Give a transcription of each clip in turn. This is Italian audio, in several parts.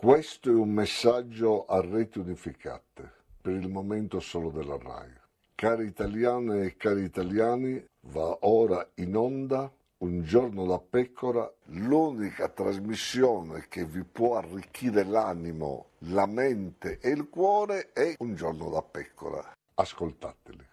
Questo è un messaggio a reti unificate, per il momento solo della RAI. Cari italiane e cari italiani, va ora in onda Un giorno da pecora, l'unica trasmissione che vi può arricchire l'animo, la mente e il cuore è Un giorno da pecora. Ascoltateli.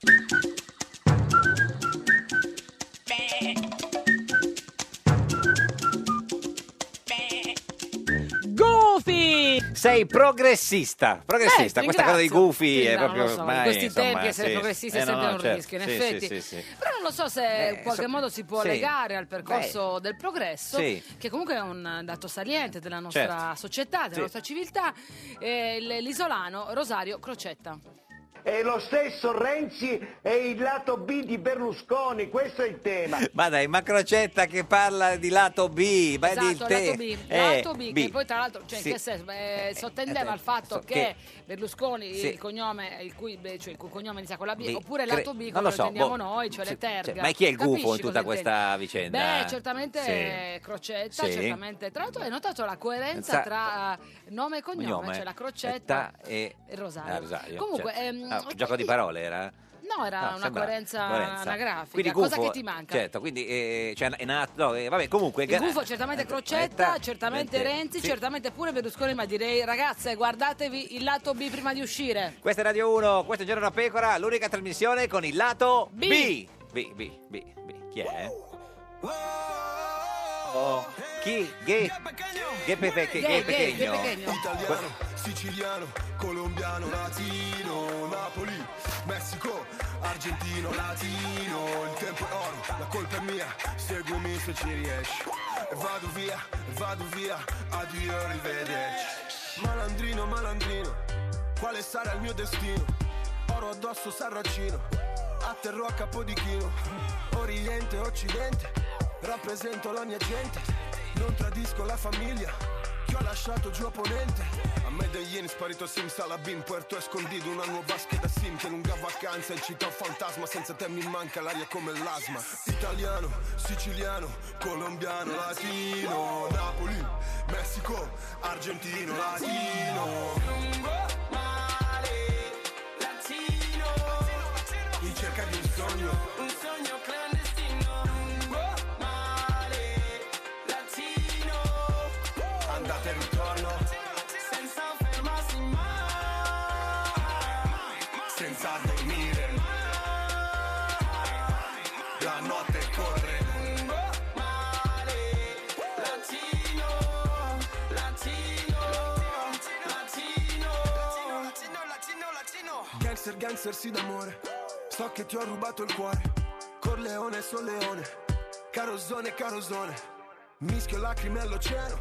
Goofy! Sei progressista, progressista. Eh, Questa cosa dei ringrazio. gufi Sì, è no, proprio lo so, in ormai, questi insomma, tempi essere sì, progressisti è eh, no, sempre no, un certo, rischio, in sì, effetti. sì, sì. Però non lo so se in qualche so- modo si può sì. legare al percorso del progresso, Sì. che comunque è un dato saliente della nostra Certo. società, della Sì. nostra civiltà, eh, l- l'isolano Rosario Crocetta. E lo stesso Renzi è il lato B di Berlusconi, questo è il Eh, tema. Ma dai, ma Crocetta che parla di lato B, ma di esatto, te. lato B, eh, lato B, che poi tra l'altro cioè, in Sì. che senso, eh, sottendeva al fatto so- che, che- Berlusconi Sì. il cognome il cui, beh, cioè, il cui cognome inizia con la B, B, oppure cre- lato B non come lo lo, so, intendiamo boh, noi, cioè sì, le terga. cioè, ma chi è il gufo in Capisci tutta cosa questa intendo? vicenda? Beh, certamente Sì. eh, Crocetta, Sì. certamente. Tra l'altro hai notato la coerenza Sa- tra eh, nome e cognome, Cognome, cioè la Crocetta Crocetta e e Rosario. Ah, Rosario, Comunque, certo. ehm, Ah, e gioco quindi- di parole era? No, era No, una sembrava- coerenza, coerenza. anagrafica, Quindi cosa gufo- che ti manca. Certo, quindi eh, cioè, è nato. no, eh, vabbè, comunque. Il gra- gufo certamente Crocetta, Crocetta, certamente mente- Renzi, Eh, sì. certamente pure Berlusconi, ma direi ragazze guardatevi il lato B prima di uscire. Questa è Radio 1, questo è Giorno da Pecora, l'unica trasmissione con il lato B. B. B, B, B, B. Chi è? Oh, chi? Gay? Gay pepe, che- Gay, gay gay, pequeño. gay pequeño. Italiano, siciliano, colombiano, latino, Napoli, Messico, argentino, latino, il tempo è oro, la colpa è mia, seguimi se ci riesci. E vado via, e vado via, addio, arrivederci. Malandrino, malandrino, quale sarà il mio destino? Oro addosso, sarracino, atterrò a Capodichino, Oriente, Occidente, rappresento la mia gente, non tradisco la famiglia. Che ho lasciato giù a ponente A Medellin sparito Sim Salabim Puerto Escondido una nuova scheda Sim Che lunga vacanza in città un fantasma Senza te mi manca l'aria come l'asma Italiano, siciliano, colombiano, latino Napoli, Messico, argentino, latino Lungo mare, latino In cerca di un sogno Un sogno clandestino Lungo mare, latino andate e ritorno senza fermarsi mai senza dormire la notte corre latino latino latino latino latino latino gangster gangster sì d'amore so che ti ho rubato il cuore Corleone son leone carosone carosone Mischio lacrime all'oceano,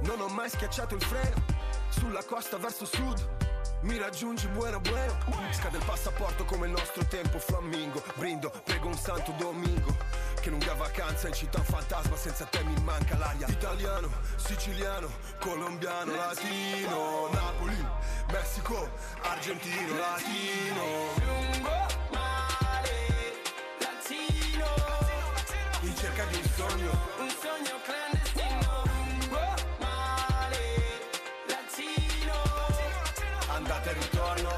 non ho mai schiacciato il freno. Sulla costa verso sud, mi raggiungi buono buono. Scade il passaporto come il nostro tempo, flammingo. Brindo, prego un santo domingo. Che lunga vacanza in città un fantasma, senza te mi manca l'aria. Italiano, siciliano, colombiano, latino. Napoli, Messico, argentino, latino. In cerca di un sogno. andate e ritorno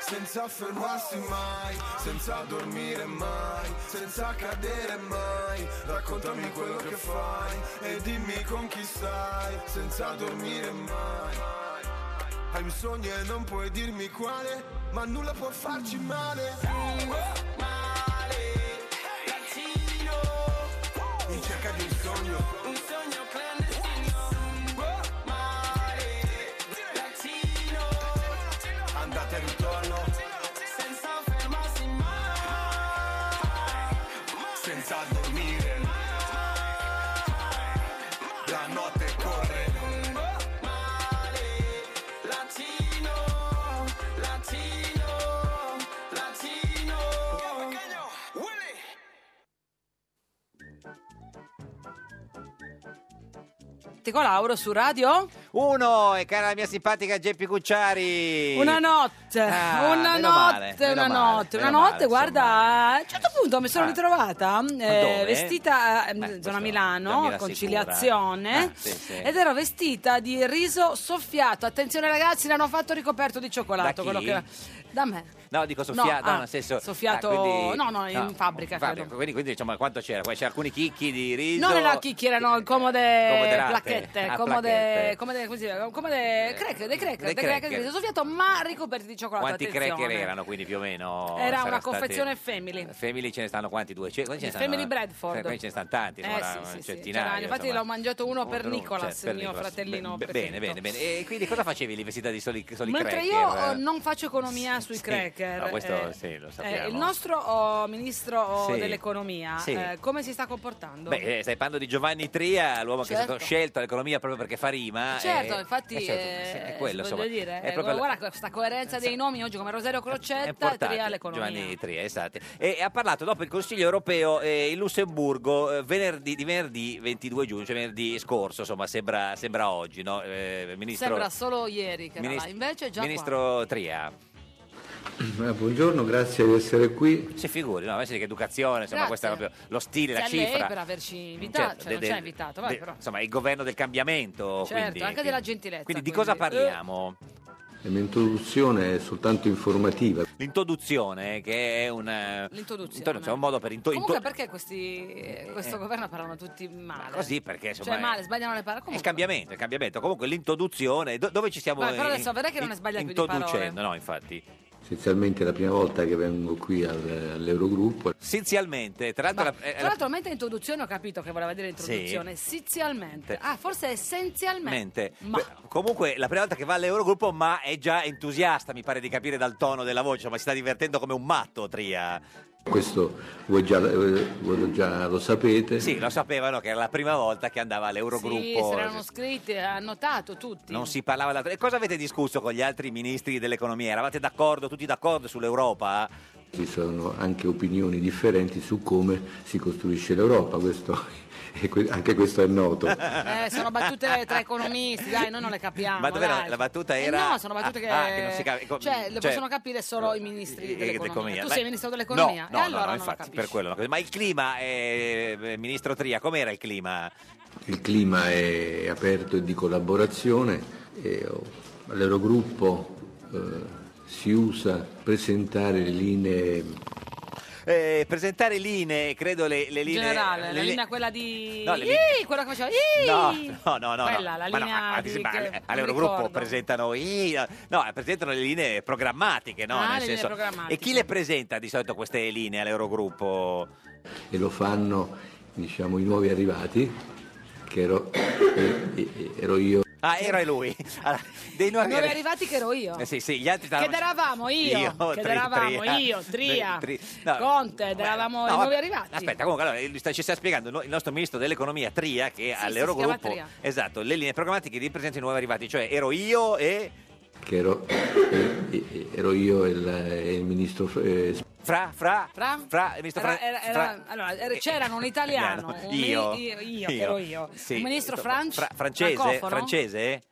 senza fermarsi mai, senza dormire mai, senza cadere mai, raccontami quello che fai e dimmi con chi stai, senza dormire mai. Hai un sogno e non puoi dirmi quale, ma nulla può farci male. In cerca di un sogno, un sogno andate e ritorno senza fermarsi mai senza dormire la notte corre latino latino latino Tico Lauro su radio? Uno, e cara la mia simpatica Geppi Cucciari. Una notte, Ah, Cioè, una meno male, notte, meno una male, notte, una meno male, notte, guarda, a un certo punto mi sono Ah. ritrovata eh, dove? vestita eh, Beh, zona questo già mi Milano, rassicura. conciliazione, Ah, sì, sì. ed ero vestita di riso soffiato. Attenzione ragazzi, l'hanno fatto ricoperto di Da cioccolato, chi? quello che da me. No, dico soffiato, no, ah, nel senso... soffiato- no, no, in fabbrica, credo. Quindi, quindi diciamo, quanto c'era? Qua C'era alcuni chicchi di riso... eh, Non era chicchi, erano comode, Comode latte. placchette, Ah, comode, placchette. Eh, comode, come si dice, comode cracker, dei cracker, dei Dei cracker cracker. di riso soffiato, ma ricoperti di cioccolato. Quanti attenzione. cracker erano, quindi più o meno? Era sarà una stati- confezione family. Family ce ne stanno quanti? Due? Ce- quanti ce ne stanno? Family Bradford. Quindi ce ne stanno tanti, Eh, insomma, sì, un sì, sì. centinaio. C'era- infatti insomma. l'ho mangiato uno per Un- un- Nicolas, cioè, per il mio Nicolas. fratelino Be- be- Bene, preferito. bene, bene. E quindi cosa facevi lì vestita di soli, soli Mentre cracker? io eh, non faccio economia sui Sì, cracker. no, questo eh, sì, lo eh, sappiamo. il nostro oh, ministro oh, Sì. dell'economia Sì. eh, come si sta comportando? Beh, eh, stai parlando di Giovanni Tria, l'uomo che è stato Certo. scelto all'economia proprio perché fa rima. Certo, eh, infatti eh, certo, sì, eh, è quello, voglio insomma. dire, è eh, proprio la- guarda questa coerenza dei nomi oggi come Rosario è Crocetta importante, Tria l'economia. Giovanni Tria, esatto. E ha parlato dopo il Consiglio europeo eh, in Lussemburgo eh, venerdì, di venerdì 22 giugno, cioè venerdì scorso, insomma, sembra, sembra oggi, no? Eh, ministro, Sembra solo ieri che era minis- là, invece è già qua. ministro Tria. Eh, Buongiorno, grazie di essere qui. Si figuri, no, invece che educazione, insomma, Grazie. questo è proprio lo stile, la Grazie a lei cifra. per averci invitato, Certo, cioè, de- non de- ci ha invitato, vai de- però. Insomma, il governo del cambiamento. Certo, anche quindi, quindi- della gentilezza, Quindi di quindi. eh. cosa parliamo? La mia introduzione è soltanto informativa. L'introduzione, che è un, eh, L'introduzione. introduzione, un modo per into- Comunque into- perché questi, eh, questo governo parlano tutti male? così, perché, insomma, eh. Cioè male, è- sbagliano le parole. il Comunque, cambiamento, il cambiamento. Comunque l'introduzione, do- dove ci stiamo Vabbè, però eh, adesso vedrai che non ne sbaglia più di Introducendo, no, infatti. Essenzialmente è la prima volta che vengo qui al- all'Eurogruppo. Essenzialmente, tra l'altro... la- eh, Tra l'altro, mentre introduzione ho capito che voleva dire introduzione, essenzialmente. Ah, forse essenzialmente. Mente. Ma Beh, comunque la prima volta che va all'Eurogruppo ma è già entusiasta mi pare di capire dal tono della voce ma si sta divertendo come un matto Tria Questo voi già, eh, voi già lo sapete. sì lo sapevano che era la prima volta che andava sì, all'Eurogruppo si erano scritti, hanno notato tutti. non si parlava d'altro e cosa avete discusso con gli altri ministri dell'economia eravate d'accordo tutti d'accordo sull'Europa Ci sono anche opinioni differenti su come si costruisce l'Europa, questo- e que- anche questo è noto. Eh, sono battute tra economisti, dai, noi non le capiamo. Ma dov'era? dai. La battuta Eh era- no, sono battute Ah, che, ah, che non si capi- co- Cioè, cioè- le possono capire solo i ministri Eh, dell'economia. dell'economia. Tu Beh, sei ministro dell'economia. no, e no, allora no, non lo infatti capisci. per quello non- ma il clima eh, ministro Tria com'era il clima Il clima è aperto e di collaborazione. e, oh, all'Eurogruppo eh, si usa presentare le linee Eh, presentare linee credo le, le In linee generale, la le- linea quella di... No, le linee- Ih, quella che faceva... No, Ih! no, no, no. Quella, la Ma no, linea ma- ma di... sì, ma che- alle- non mi all'Eurogruppo ricordo. presentano i- no, eh, presentano le linee programmatiche, no? Ah, Nel le linee senso- programmatiche. E chi le presenta di solito queste linee all'Eurogruppo? e lo fanno diciamo, i nuovi arrivati, che ero, e- e- ero io. Ah, era lui. Allora, dei nuovi Dove arrivati che ero io. Eh sì, sì, gli altri Che eravamo io, che Tri- eravamo Tria. io, Tria, Tri- Conte, Beh, eravamo no, i nuovi vabbè, arrivati. Aspetta, comunque allora lui sta- ci sta spiegando il no- il nostro ministro dell'economia Tria che sì, si all'Eurogruppo chiama Esatto, le linee programmatiche ripresentano i nuovi arrivati, cioè ero io e Che ero, e- e- ero io e il, e il ministro eh, Fra, fra, Fra? il ministro Era- Fra- era- Fra- Eh, era- allora, era- c'erano un italiano, un mi- io, io- io, che ero io. Sì. Un ministro Fra- franc- francese, francofono? francese,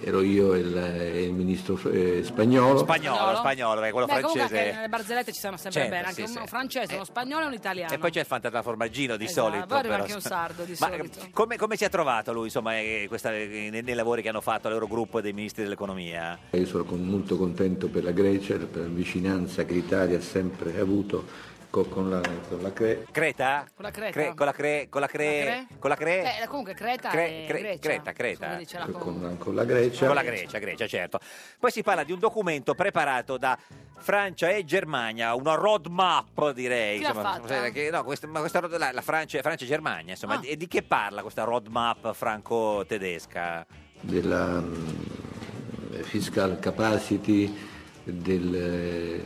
ero io e il, e il ministro eh, spagnolo. spagnolo, spagnolo, perché quello Beh, francese. Comunque anche nelle barzellette ci stanno sempre C'entra, bene, anche sì, un sì. francese, Eh, uno spagnolo e un italiano. E poi c'è il fantasmaformaggino di Esatto, solito. poi arriva però, anche un insomma. sardo, di Ma, solito. eh, Come, come si è trovato lui, insomma, eh, questa- eh, nei, nei lavori che hanno fatto all'Eurogruppo dei ministri dell'economia? Io sono con- molto contento per la Grecia, per la vicinanza che l'Italia ha sempre avuto co- con, la, con la Cre- Creta? Con la Creta. Cre- con la Cre... Con la Cre... Cre? Con la Cre... Beh, comunque Creta Cre- e Cre- Grecia. Creta, Creta. Come dice la con, con... Cioè la- con la Grecia. Con la Grecia, Grecia, certo. Poi si parla di un documento preparato da Francia e Germania, una roadmap direi. Chi l'ha fatta? che- no, questa, ma questa road- la, la Francia, Francia e Germania, insomma, Ah. di, di che parla questa roadmap franco-tedesca? della mm, fiscal capacity, del, eh,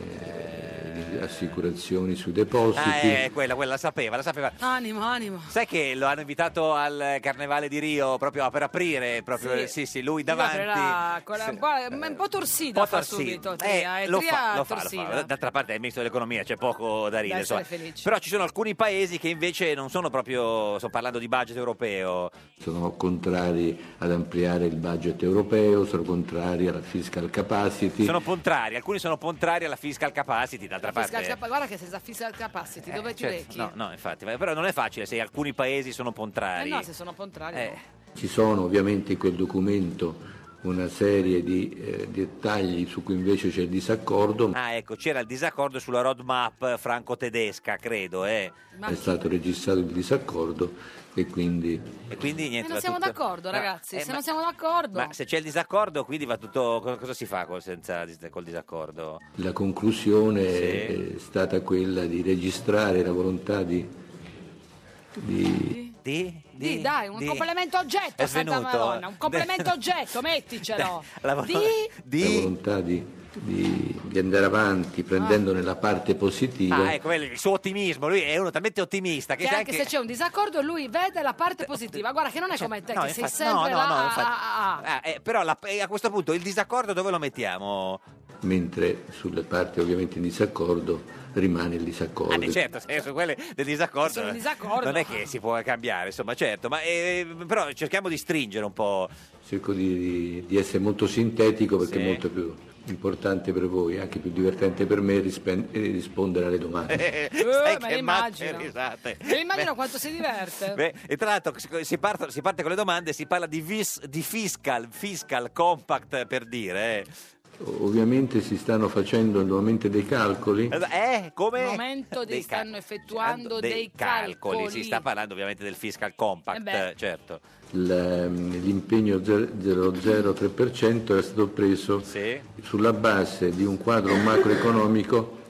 eh, assicurazioni sui depositi. Ah, eh, quella, quella la sapeva, la sapeva. Animo, Ah, animo. Sai che lo hanno invitato al Carnevale di Rio proprio per aprire, proprio, sì, Sì. sì, lui davanti. Aprirà con la- Sì. guarda, ma è un po' torsida Un po' fa torsida. subito Eh, Tria, eh, lo Tria fa, lo fa, lo torsida. fa. D'altra parte è il ministro dell'economia, c'è poco da ridere. Dai, insomma. state felici. Però ci sono alcuni paesi che invece non sono proprio, sto parlando di budget europeo. Sono contrari ad ampliare il budget europeo, sono contrari alla fiscal capacity. Sono contrari, alcuni sono contrari alla fiscal capacity, d'altra parte. Fiscal capa- guarda che se sa fiscal capacity, Eh, dove ti certo, becchi? no, no, infatti, ma- però non è facile se alcuni paesi sono Eh contrari. no, se sono contrari. Eh, no. Ci sono ovviamente in quel documento una serie di eh, dettagli su cui invece c'è il disaccordo. Ah, ecco, c'era il disaccordo sulla roadmap franco-tedesca, credo, eh. È stato registrato il disaccordo e quindi E quindi E niente. Eh, non va siamo tutto- d'accordo, Ma- ragazzi. eh, se ma- non siamo d'accordo, Ma se c'è il disaccordo, quindi va tutto. co- Cosa si fa col, senza, col disaccordo? la conclusione Sì. è stata quella di registrare la volontà di, di- Di? Di, dai, un complemento oggetto, È Santa svenuto. Madonna, un complemento oggetto, metticelo. La vol- Di la di- volontà di- di- di andare avanti Ah. prendendone la parte positiva. Ah, ecco, quello- il suo ottimismo. Lui è uno talmente ottimista che, che sa anche se c'è un disaccordo lui vede la parte positiva. Guarda che non è come te Cioè, No, che sei infatti- sempre no, là. no, no, ah, infatti. ah, ah. Ah, eh, però la- eh, a questo punto il disaccordo dove lo mettiamo? mentre sulle parti ovviamente in disaccordo rimane il disaccordo. Ah, beh, certo, se su quelle del disaccordo, Sono in disaccordo. non è che si può cambiare, insomma, certo, ma eh, però cerchiamo di stringere un po'. Eh, Cerco di- di, di essere molto sintetico perché Sì. è molto più importante per voi, anche più divertente per me rispen- eh, rispondere alle domande. Sai ma che immagino. matte risate. Me lo immagino Beh, quanto si diverte. Beh, e tra l'altro si- si, parto- si parte con le domande, si parla di, vis- di fiscal, fiscal compact per dire. eh. Ovviamente si stanno facendo nuovamente dei calcoli. Eh, come? Al momento di- Dei cioè, stanno effettuando dei calcoli. Si sta parlando ovviamente del fiscal compact, Eh beh. certo. Il- ehm, L'impegno zer- 0,03% è stato preso Sì. sulla base di un quadro macroeconomico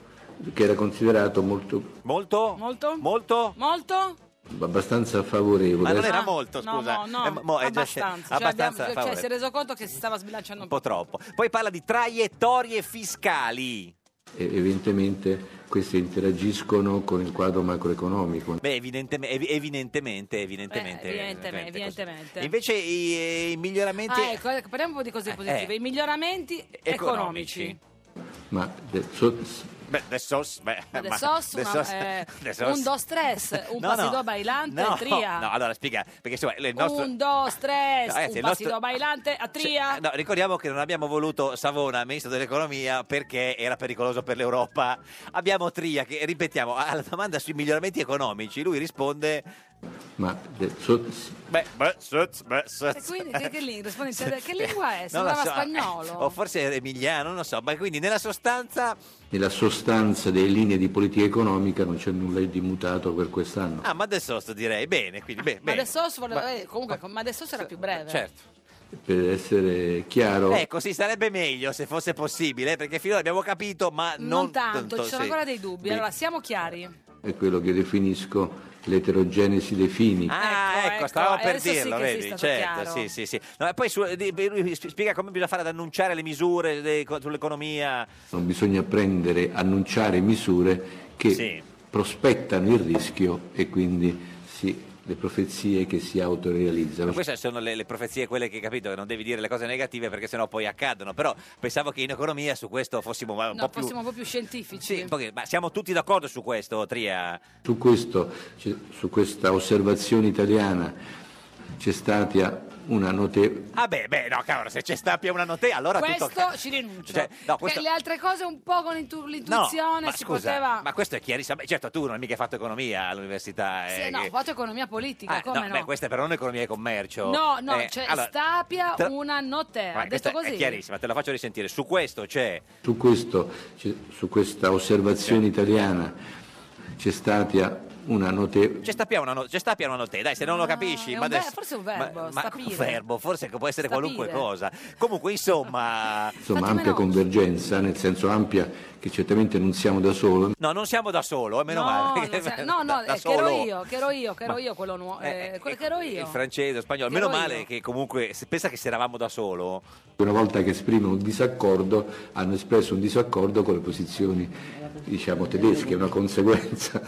che era considerato molto, Molto? Molto? Molto? Molto? abbastanno favorevole. Ma non era Ah, molto, no, scusa. No, no, Eh, mo- è già- abbastanza. Cioè, abbastanza abbiamo- cioè, favorevole. si è reso conto che si stava sbilanciando un un po'. po' troppo. Poi parla di traiettorie fiscali. E- evidentemente queste interagiscono con il quadro macroeconomico. Beh, evidentemente, evidentemente, evidentemente, Eh, evidentemente, così. evidentemente. Invece i, eh, i miglioramenti Ah, ecco, ecco, parliamo un po' di cose Eh, positive. eh. I miglioramenti economici. Ma de- so- s- Beh, adesso beh, Ma de ma- sos, de una- sos- eh, de sos. un dos tres, un pasito bailante, no, tria. No, allora spiega, perché insomma, il nostro Un, dos, tres, No, ragazzi, un il passito nostro- bailante a tria. Cioè, no, ricordiamo che non abbiamo voluto Savona, ministro dell'economia, perché era pericoloso per l'Europa. Abbiamo Tria che, ripetiamo, alla domanda sui miglioramenti economici, lui risponde... ma de- so- s- Beh, beh, soz, beh, soz. E quindi che, che lingua? Rispondi in italiano. Cioè, Che lingua è? Non lo Sembrava so, spagnolo. eh, o forse era emiliano, non lo so, ma quindi nella sostanza... nella sostanza delle linee di politica economica non c'è nulla di mutato per quest'anno. Ah, ma adesso sto direi bene, quindi beh, Ah, Ma bene. adesso eh, comunque, ma adesso era più breve. Certo. Per essere chiaro, Ecco, sì, sarebbe meglio se fosse possibile, perché finora abbiamo capito, ma non, Non, tanto, ci sono sì. Eh, ancora dei dubbi. Beh, Allora, siamo chiari. è quello che definisco l'eterogenesi dei fini. Ah, Ecco, ecco, ecco, stavamo per adesso sì dirlo, che vedi, sì, è stato certo, chiaro. sì, sì, sì. No, e poi su- di- lui sp- spiega come bisogna fare ad annunciare le misure de- co- sull'economia. Non bisogna prendere, annunciare misure che Sì. prospettano il rischio e quindi si- le profezie che si autorealizzano. Ma queste sono le, le profezie, quelle che capito, che non devi dire le cose negative perché sennò poi accadono, però pensavo che in economia su questo fossimo ma, un No, po' più... fossimo un po' più scientifici. Sì, un po' che- ma siamo tutti d'accordo su questo, Tria? Su, questo, ci- su questa osservazione italiana c'è stata una notevole... Ah beh, beh, no, cavolo, se c'è stampia una notte, allora questo tutto... ca- ci rinuncia. Cioè, no, questo- le altre cose un po' con intu- No, l'intuizione ma si scusa, poteva... ma questo è chiarissimo. Beh, certo, tu non hai mica fatto economia all'università. Sì, eh, no, che- ho fatto economia politica, Ah, come no? no, Beh, questa è però non economia e commercio. No, no, Eh, cioè allora, Stapia tra- una notte, guarda, ha detto questa così. È chiarissima, te la faccio risentire. Su questo c'è... Su, questo, ci- su questa osservazione italiana c'è stata una note- C'è sta piano una, no- c'è sta piano una notte, dai, se non lo capisci. Ah, è ma un ver- adesso- forse è un verbo, ma- ma- stapire. un verbo, forse che può essere qualunque Stapire. cosa. Comunque, insomma. insomma, ampia convergenza, nel senso ampia che certamente non siamo da solo. No, non siamo da solo, eh, meno No, male. non sa- no, no, Da- da eh, che ero solo. io, che ero io, che ero io quello nuovo, eh, quello che ero Il io. francese, lo spagnolo. Che Meno ero male io. che comunque se pensa che se eravamo da solo. Una volta che esprimono un disaccordo, hanno espresso un disaccordo con le posizioni diciamo tedesche, è una conseguenza.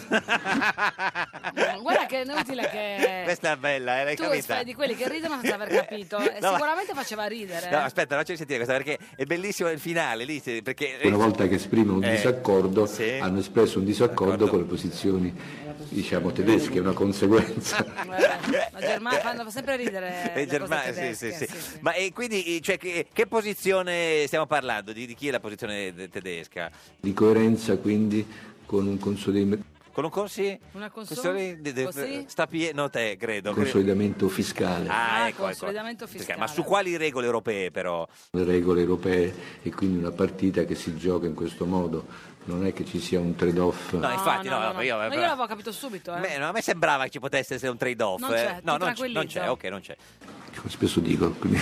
Guarda che è inutile che Questa è bella, eh, l'hai tu capita? fai di quelli che ridono senza aver capito. Eh, No, ma- Sicuramente faceva ridere. eh. No, aspetta, faccio sentire questa perché è bellissimo il finale lì, se- perché Una volta che esprimono un Eh, disaccordo, sì. hanno espresso un disaccordo con le posizioni diciamo tedesche, è una conseguenza. Vabbè, la Germania fanno sempre ridere. Eh, le Germania, cose sì, sì, tedesche, sì. Ma e quindi eh, cioè, che, che posizione stiamo parlando? Di, di chi è la posizione de- tedesca? Di coerenza quindi con un consolidamento Con un corsi? Una console? Consoli? De- de- Così? Sta pie- no te, credo. credo. consolidamento fiscale, Ah, ecco, ecco. consolidamento fiscale. Ma su quali regole europee però? le regole europee e quindi una partita che si gioca in questo modo, non è che ci sia un trade-off. No, infatti, no, ma io- Ma però- l'avevo capito subito. eh. Beh, no, a me sembrava che ci potesse essere un trade-off. Non c'è, eh. ti no, non c'è, tranquillizzo. non c'è, ok, non c'è. come spesso dico, quindi-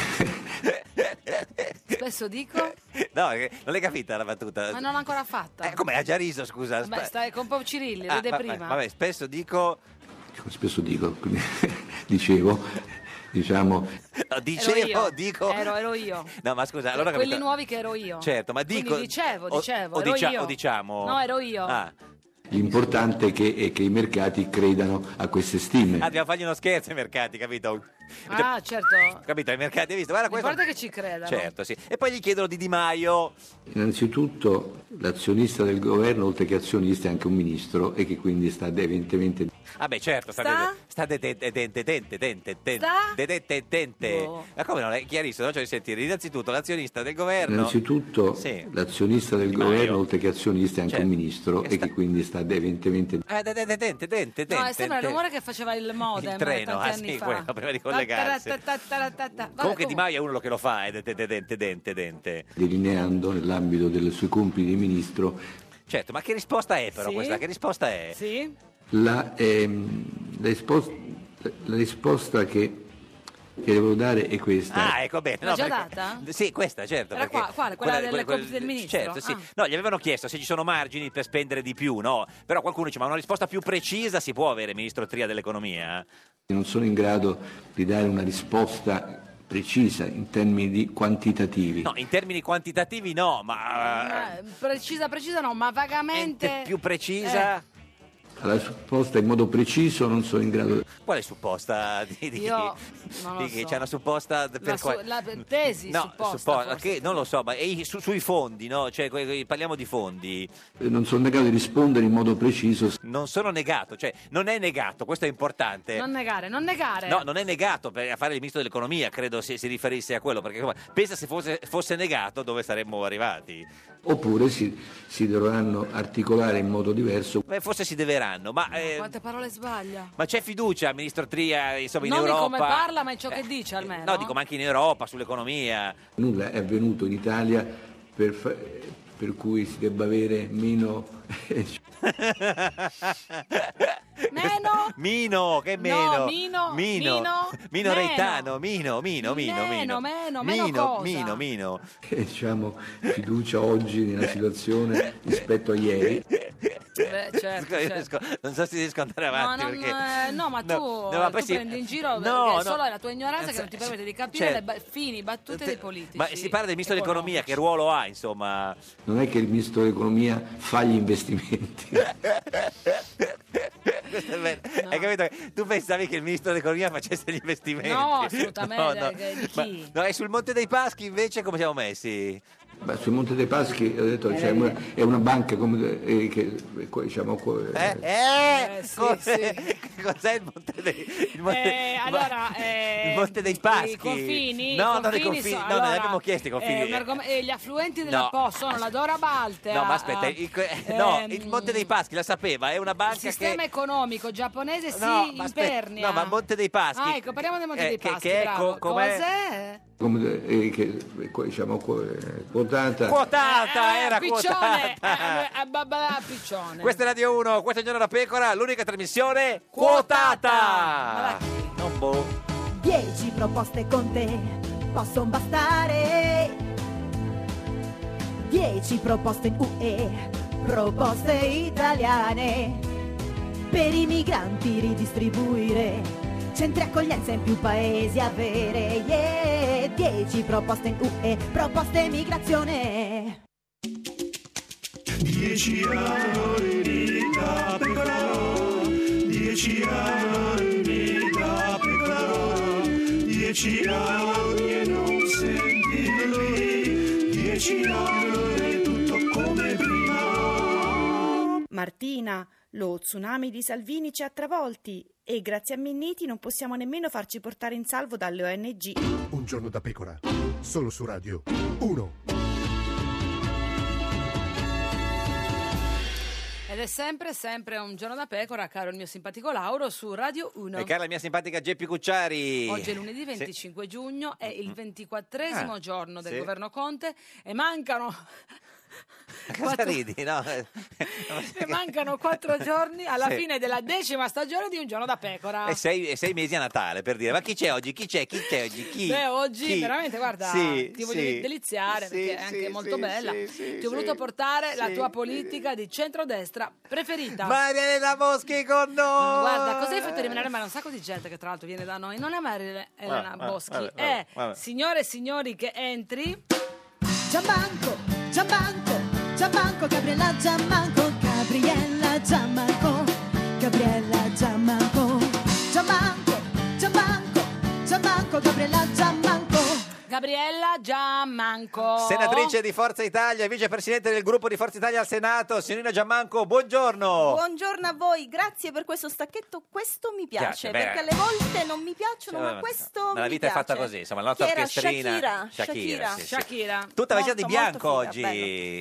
Spesso dico, No, eh, non l'hai capita la battuta? ma non l'ho ancora fatta. Eh, come ha già riso, scusa. Vabbè, Spa- stai con Pau Cirilli, Ah, ride va- prima. Vabbè, spesso dico, come spesso dico, quindi, dicevo, diciamo, no, Ero io, dicevo, dico. Ero, ero io. No, ma scusa, allora Quelli capito- nuovi che ero io. Certo, ma dico. Quindi dicevo, o- dicevo, O, ero dicia- io. o diciamo. No, ero io. Ah, l'importante è che, è che i mercati credano a queste stime. ah, dobbiamo fargli uno scherzo ai mercati, capito? Ah, certo. Capito, ai mercati, hai visto? Guarda questo. Guarda che ci credano. Certo, sì. E poi gli chiedono di Di Maio. Innanzitutto l'azionista del governo, oltre che azionista, è anche un ministro e che quindi sta evidentemente Ah beh, certo, sta, Sta? dete- sta detente, tente, tente, tente, tente, Sta? detente, tente. Boh. Ma come non è chiarissimo, non c'è da sentire. Innanzitutto l'azionista del governo... Innanzitutto Sì. l'azionista del Di Maio. governo, oltre che azionista, è anche Certo. un ministro Che e sta- che quindi sta evidentemente Ah, detente, tente, tente, No, tente, è sembra il tente. rumore che faceva il modem Il treno, Eh, tanti ah, anni sì, fa. quello, prima di collegarsi. Tataratatataratata. Vabbè, Comunque Di Maio è uno che lo fa, eh, è detente, dente, dente, dente. delineando nell'ambito dei suoi compiti di ministro Certo, ma che risposta è però Sì? questa? Che risposta è? Sì? la, ehm, la espos- la risposta che, che devo dare è questa. Ah, ecco bene. L'ha già data? Sì, questa, certo. Era perché- qua- quale? Quella del compito del ministro? Certo, sì. Ah. No, gli avevano chiesto se ci sono margini per spendere di più, no? Però qualcuno dice, ma una risposta più precisa si può avere, ministro Tria dell'economia? Non sono in grado di dare una risposta precisa in termini di quantitativi. No, in termini quantitativi no, ma... eh, Eh, precisa, precisa no, ma mente vagamente... Eh, più precisa? La risposta in modo preciso non sono in grado. Quale supposta? Di, di, Io non lo di chi? so. C'è una supposta per La su- quale- la tesi supposta, forse. che- non lo so, ma e i- su- sui fondi, no? Cioè, que- que- parliamo di fondi. Non sono in grado di rispondere in modo preciso. Non sono negato, cioè, non è negato, questo è importante. Non negare, non negare. No, non è negato per a fare il ministro dell'economia, credo si, si riferisse a quello, perché insomma, pensa se fosse, fosse negato dove saremmo arrivati. Oppure si, si dovranno articolare in modo diverso. Beh, forse si deveranno, ma, eh, Quante parole sbaglia? ma c'è fiducia, ministro Tria, insomma, in non Europa? eh, in come parla, ma in ciò che dice almeno. No, dico, ma anche in Europa, sull'economia. Nulla è avvenuto in Italia per, fa- per cui si debba avere meno... Meno? Mino, che No, meno? Mino, Mino, Mino, Mino meno. Reitano, Mino, Mino, Mino, Mino. Meno, meno, meno Mino, cosa? Mino, Mino. eh, diciamo, fiducia oggi nella situazione rispetto a ieri. Beh, certo, Scusa, certo. scu- Non so se riesco ad andare avanti no, non- perché... eh, no, ma tu, ma tu poi si- prendi in giro No, perché no. solo è la tua ignoranza che Cioè, non ti permette di capire certo. le ba- fini battute dei politici. Ma si parla del ministro dell'economia, economici. che ruolo ha, insomma? Non è che il ministro dell'economia fa gli investimenti. Questo è vero. Hai capito? che Tu pensavi che il ministro dell'economia facesse gli investimenti? No, assolutamente, che- di Ma- chi? no, e sul Monte dei Paschi invece come siamo messi? Ma sul Monte dei Paschi ho detto, cioè, è una banca come, eh, che, diciamo, co- Eh? eh, Eh, sì, come- sì. Cos'è il Monte dei il Monte, Eh, allora, ma- eh, il Monte dei Paschi? I confini? No, i non i confini confini, so- no, allora, non abbiamo chiesto i confini. eh, un argom- eh, gli affluenti del No. Po sono la Dora Baltea. No, ma aspetta, ah, il, eh, no, il ehm, Monte dei Paschi la sapeva, è una banca Il sistema che economico giapponese si No, ma aspetta, impernia. no, ma Monte dei Paschi- Ah, ecco, parliamo del Monte eh, dei che- Paschi. che è bravo. co- com'è? Cos'è? come, eh, che, co- diciamo, co- eh, può quotata. Quotata, era Eh, Piccione, quotata. eh, a babbalà, Eh. Piccione. Questa è Radio 1, questa è Giorno da Pecora, l'unica trasmissione quotata. Non boh. Dieci proposte con te possono bastare. Dieci proposte in UE, proposte italiane. Per i migranti ridistribuire, centri accoglienza in più paesi avere. Yeah. Dieci proposte in UE, proposte immigrazione. 10 anni di da pecora, 10 anni di da pecora, 10 anni e non sentirli, 10 anni tutto come prima. Martina, lo tsunami di Salvini ci ha travolti e grazie a Minniti non possiamo nemmeno farci portare in salvo dalle ONG. Un giorno da pecora, solo su Radio 1. Ed è sempre, sempre un giorno da pecora, caro il mio simpatico Lauro, su Radio 1. E cara la mia simpatica Geppi Cucciari. Oggi è lunedì 25 giugno, è il ventiquattresimo Ah, giorno del sì. governo Conte e mancano, Sì. Cosa ridi? No? e mancano quattro giorni alla Sì. fine della decima stagione di Un giorno da pecora. E sei, e sei mesi a Natale per dire, ma chi c'è oggi? Chi c'è? Chi c'è oggi? Chi? oh, Beh, oggi Chi? veramente, guarda, Sì, ti voglio sì. deliziare perché è anche sì, molto sì, bella. sì, sì, ti ho sì. voluto portare la Sì. tua politica di centrodestra preferita. Maria Elena Boschi con noi! No, guarda, così hai fatto rimanere male un sacco di gente che tra l'altro viene da noi. Non è Maria Elena Vabbè, Boschi, Ah, vabbè, vabbè, è vabbè. signore e signori che entri. Giammanco, Giammanco, Giammanco, Gabriella Giammanco, Gabriella Giammanco, Gabriella Giammanco, Giammanco, Giammanco, Giammanco, Gabriella Giammanco. Gabriella Giammanco. Senatrice di Forza Italia, vicepresidente del gruppo di Forza Italia al Senato, signorina Giammanco, buongiorno. Buongiorno a voi, grazie per questo stacchetto. Questo mi piace, Grazie, beh. perché alle volte non mi piacciono, Sì, ma vabbè, questo ma la mi vita è piace. fatta così, insomma, la nostra Chi era? orchestrina- Shakira, Shakira, Shakira, sì, sì. Tutta vestita di Molto, molto bianco figa, oggi,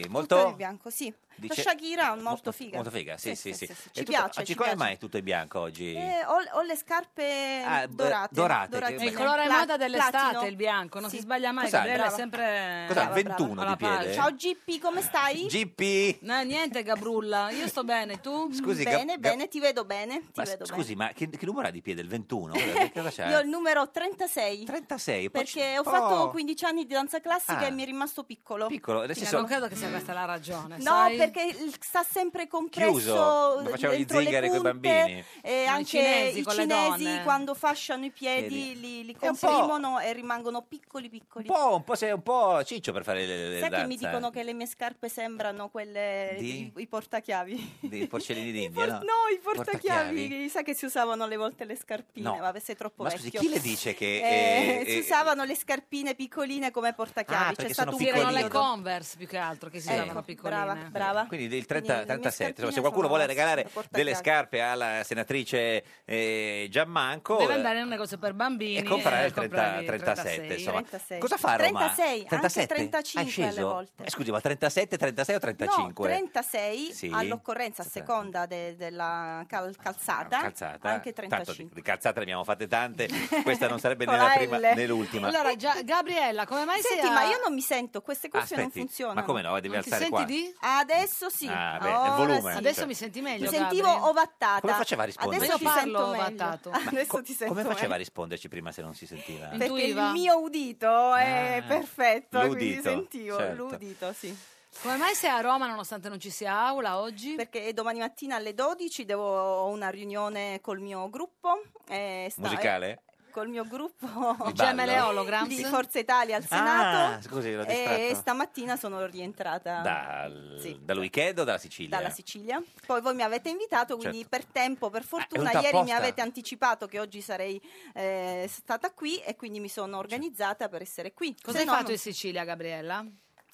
bello. molto- Tutta di bianco, sì. Dice- La Shakira è molto figa. Molto figa, sì, sì, sì. E Ci tutto- piace, oggi ci come piace. mai tutto è bianco oggi? Eh, ho, ho le scarpe Ah, b- dorate. dorate, doratine. che- Il colore Pla- moda dell'estate, platino. il bianco, non si sbaglia mai, Cos'ha? Gabriella è Brava. Eh, sempre Cos'ha? brava, brava, 21 alla di piede? palla. Ciao Gippi, come stai? Gippi! No, niente Gabrulla, io sto bene, tu? Scusi, Gab- bene, Gab- bene, ti vedo bene. Ti Ma vedo scusi, ma che, che numero ha di piede? Il 21? Che cosa bene. Io ho c'è? il numero 36. 36? Cioè, Poi Perché c'è- ho fatto Oh. 15 anni di danza classica Ah. e mi è rimasto piccolo. Piccolo, adesso Fino a sono- non credo che sia questa la ragione. No, sai? perché il- sta sempre Chiuso, compresso come facevano gli dentro le zingari coi punte, bambini. No, E i anche cinesi i con le cinesi donne. quando fasciano i piedi Piedi. li, li È un po'- comprimono e rimangono piccoli piccoli. Un po', un po', sei un po' ciccio per fare le, le, le Sai che mi danze. dicono che le mie scarpe sembrano quelle Di? Ah, i, i portachiavi? eh, Dei porcellini d'India, no? No, i portachiavi, sai che si usavano alle volte le scarpine, No. vabbè, sei troppo Ma scusi, vecchio. chi le dice che... Eh, eh, si eh, usavano le scarpine piccoline come Ah, portachiavi, perché c'è sono stato un Sì, erano le periodo. Converse più che altro che si Ecco, usavano piccoline. brava, brava. Quindi il 30 Quindi le mie 37, insomma, se scarpine qualcuno sono vuole regalare da portachiavi. delle scarpe alla senatrice eh, Giammanco... Deve eh, andare in un negozio per bambini e comprare il 30 comprare il 37, insomma. 36. eh, Cosa fa a Roma? 36, Eh, anche 35 Hai sceso? alle volte. Eh, scusi, ma 37, 36 o No, 35? 36 Sì. Ah, all'occorrenza a seconda de- della cal- calzata, Calzata. anche Tanto di, 35. di calzate ne abbiamo fatte tante, questa non sarebbe né Con la la prima L. né l'ultima. Allora, già, Gabriella, come mai Senti, sei a- ma io non mi sento, queste cuffie Aspetti, non funzionano. ma come no? Devi Non ti alzare senti qua. di- Adesso sì. Ah, beh, è il Ora volume, sì. cioè. Adesso mi senti meglio, Mi sentivo Gabri? ovattata. Come faceva a rispondere? Adesso Io ti parlo sento meglio. ovattato. Ma Adesso ti sento Come faceva a meglio. risponderci prima se non si sentiva? Perché Intuiva? il mio udito è Ah, perfetto, quindi l'udito, sentivo certo. l'udito, sì. Come mai sei a Roma nonostante non ci sia aula oggi? Perché domani mattina alle 12 devo ho una riunione col mio gruppo eh, sta- Musicale? eh, Col mio gruppo Di Gemele ballo? Ah, Holograms? di Forza Italia al Senato scusi, l'ho e distratto. stamattina sono rientrata Dal, Sì. dal weekend o dalla Sicilia? dalla Sicilia. Poi voi mi avete invitato, quindi Certo. per tempo, per fortuna, venuta ieri mi apposta. avete anticipato che oggi sarei eh, stata qui e quindi mi sono organizzata per essere qui. Cosa Se hai no, fatto non- in Sicilia, Gabriella?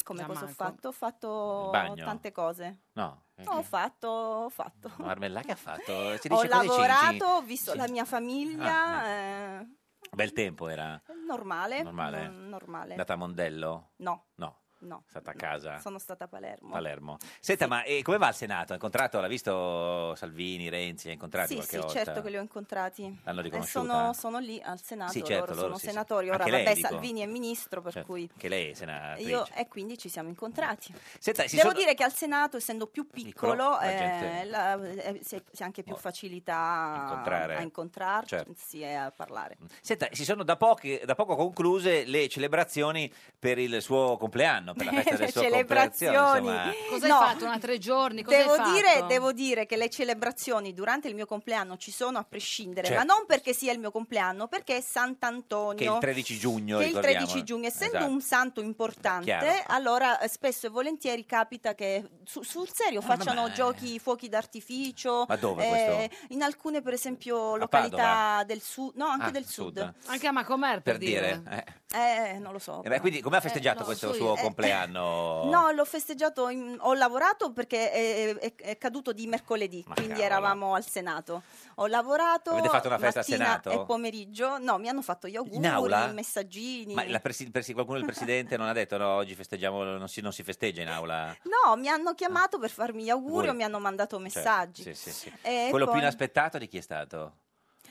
Come cosa ho Gianmarco? fatto? Ho fatto Il bagno. tante cose. No. eh, Ho fatto, ho fatto. Ma Armella che ha fatto? Si ho dice cose lavorato, cinci. Ah, ho visto la mia famiglia, eh, Bel tempo era. normale. Normale? non- normale. Andata a Mondello? No, No. No, È stata a casa. sono stata a Palermo. Palermo. Senta, ma eh, come va il Senato? Ha incontrato, l'ha visto Salvini, Renzi? Ha incontrato Sì, qualche sì, volta? certo che li ho incontrati. L'hanno Eh, riconosciuta? sono, sono lì al Senato, Sì, certo, loro loro sono sì, sì. senatori. Ora, Anche lei, vabbè, dico. Salvini è ministro, per Certo, cui... Che lei è senatrice. Io, e quindi ci siamo incontrati. Senta, si Devo sono- dire che al Senato, essendo più Piccolo, piccolo, la gente- Oh, eh, la- eh, si si ha anche più facilità Incontrare. a incontrarci Certo. Mm. e a parlare. Senta, si sono da, poche- da poco concluse le celebrazioni per il suo compleanno, per la festa del Le suo celebrazioni. compleanno. insomma. Cos'hai No. fatto? Una tre giorni? Cos'hai Devo fatto? dire, devo dire che le celebrazioni durante il mio compleanno ci sono a prescindere, Certo. ma non perché sia il mio compleanno, perché è Sant'Antonio. Che il 13 giugno, che il ricordiamo. 13 giugno, essendo Esatto. un santo importante, Chiaro. allora eh, spesso e volentieri capita che su- sul serio facciano Eh, vabbè. giochi, fuochi d'artificio. eh, Ma dove In alcune, per esempio, località Padova? del sud, no, anche Ah, del sud. sud. Anche a Macomer, per, Per dire. Eh, non lo so. eh. Eh, beh, quindi come ha festeggiato Eh, no, questo so io. suo Eh, compleanno? No, l'ho festeggiato, in- ho lavorato perché è, è- è caduto di mercoledì, Ma quindi cavolo. eravamo al Senato. Ho lavorato Avete fatto una festa al mattina Senato? e pomeriggio. No, mi hanno fatto gli auguri, aula? i messaggini. Ma la presi- presi- qualcuno del presidente non ha detto no, oggi festeggiamo, non si, non si festeggia in aula? No, mi hanno chiamato per farmi gli auguri o Auguri. mi hanno mandato Cioè, messaggi. sì, sì, sì. Eh, E Quello poi- più inaspettato di chi è stato?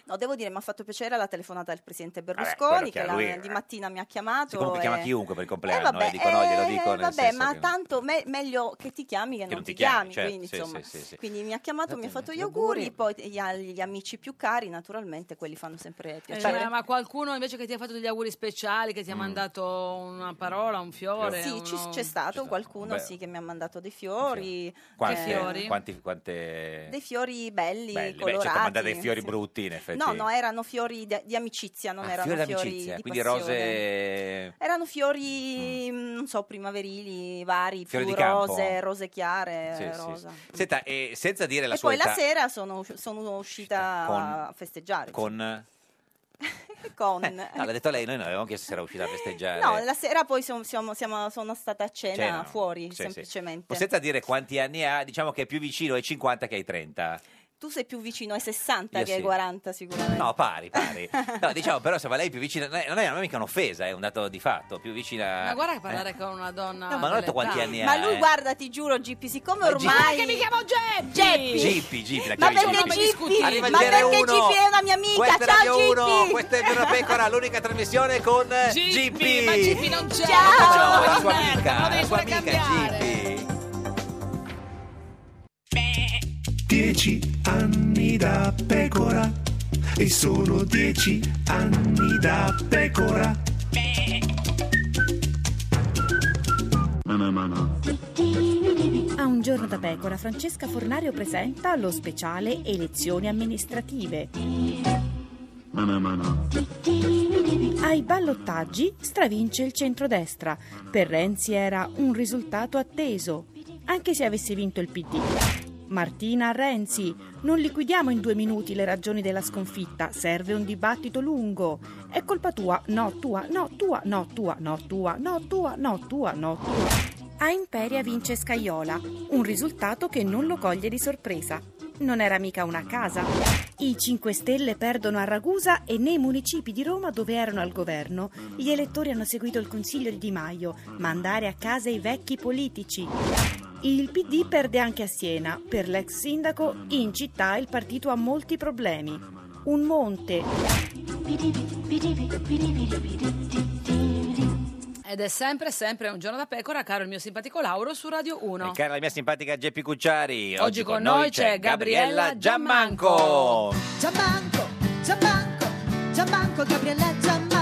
No, devo dire, mi ha fatto piacere la telefonata del presidente quello Berlusconi, che chiaro, la- lui- di mattina mi ha chiamato. Sì, comunque chiama e- chiunque per il Oh, Eh, compleanno, vabbè, eh, dico no, glielo eh, dico nel vabbè, senso ma che- tanto me- meglio che ti chiami che, non ti chiami, certo, quindi sì, insomma. sì, sì, sì. Eh, Quindi mi ha chiamato, mi ha fatto gli auguri. auguri, poi gli, gli amici più cari, naturalmente, quelli fanno sempre Cioè, Eh, piacere. ma qualcuno invece che ti ha fatto degli auguri speciali, che ti ha Mm. mandato una parola, un fiore? Sì, uno- ci- c'è stato qualcuno Beh. sì, che mi ha mandato dei fiori, Quante, eh, Quanti, quante... dei fiori belli, Belli. Beh, colorati. certo, mandare dei fiori sì. brutti, in effetti. No, no, erano fiori de- di amicizia, non Ah, erano fiori fiori, d'amicizia, di quindi passione. rose... Erano fiori, mh, non so, primaverili, vari, Mm. Fiori più di campo. rose, rose chiare, Sì, sì, Eh, rosa. sì. Senta, e senza dire la E sua poi età... la Eh, sera sono, sono uscita Con- a festeggiare. Con... Eh. Eh, Con- eh, No, l'ha detto lei, noi non avevamo chiesto se era uscita a festeggiare. No, la sera poi siamo, siamo- siamo- sono stata a cena, eh, Cena. fuori, Sì, sì. semplicemente. O Senza dire quanti anni ha, diciamo che è più vicino ai 50 che ai 30. Tu sei più vicino ai 60 Io che ai sì. 40 sicuramente. No, pari, pari. No, diciamo, però se va lei più vicina, non è, non è mica un'offesa, è un dato di fatto, più vicina... Ma guarda che eh. parlare con una donna. No, ma non ho dell'età. detto quanti anni Ma ha, lui, eh. guarda, ti giuro, Gippi, siccome Ma Gippi- ormai... Perché mi chiamo Geppi? Gippi, Gippi, la Ma chiami perché Gippi. Gippi? Arriva il Ma GR1. perché Gippi è una mia amica? Questa è Radio Ciao 1, Gippi! questa è Vera Pecora, l'unica trasmissione con Gippi. Ma Gippi non c'è. No, è la Ciao. sua amica, ma la devi sua pure amica cambiare. Gippi. Dieci anni da pecora e sono dieci anni da pecora. A un giorno da pecora, Francesca Fornario presenta lo speciale Elezioni amministrative. Ai ballottaggi stravince il centrodestra. Per Renzi era un risultato atteso, anche se avesse vinto il PD. Martina Renzi, non liquidiamo in due minuti le ragioni della sconfitta, serve un dibattito lungo. È colpa tua, no tua, no tua, no tua, no tua, no tua, no tua, no tua. A Imperia vince Scaiola, un risultato che non lo coglie di sorpresa. Non era mica una casa. I 5 Stelle perdono a Ragusa e nei municipi di Roma dove erano al governo. Gli elettori hanno seguito il consiglio di Di Maio, mandare a casa i vecchi politici. Il PD perde anche a Siena. Per l'ex sindaco, in città il partito ha molti problemi. Un monte. Ed è sempre, sempre un giorno da pecora, caro il mio simpatico Lauro su Radio 1. E cara la mia simpatica Geppi Cucciari. Oggi, con noi c'è Gabriella Giammanco. Giammanco, Giammanco, Giammanco, Gabriella Giammanco.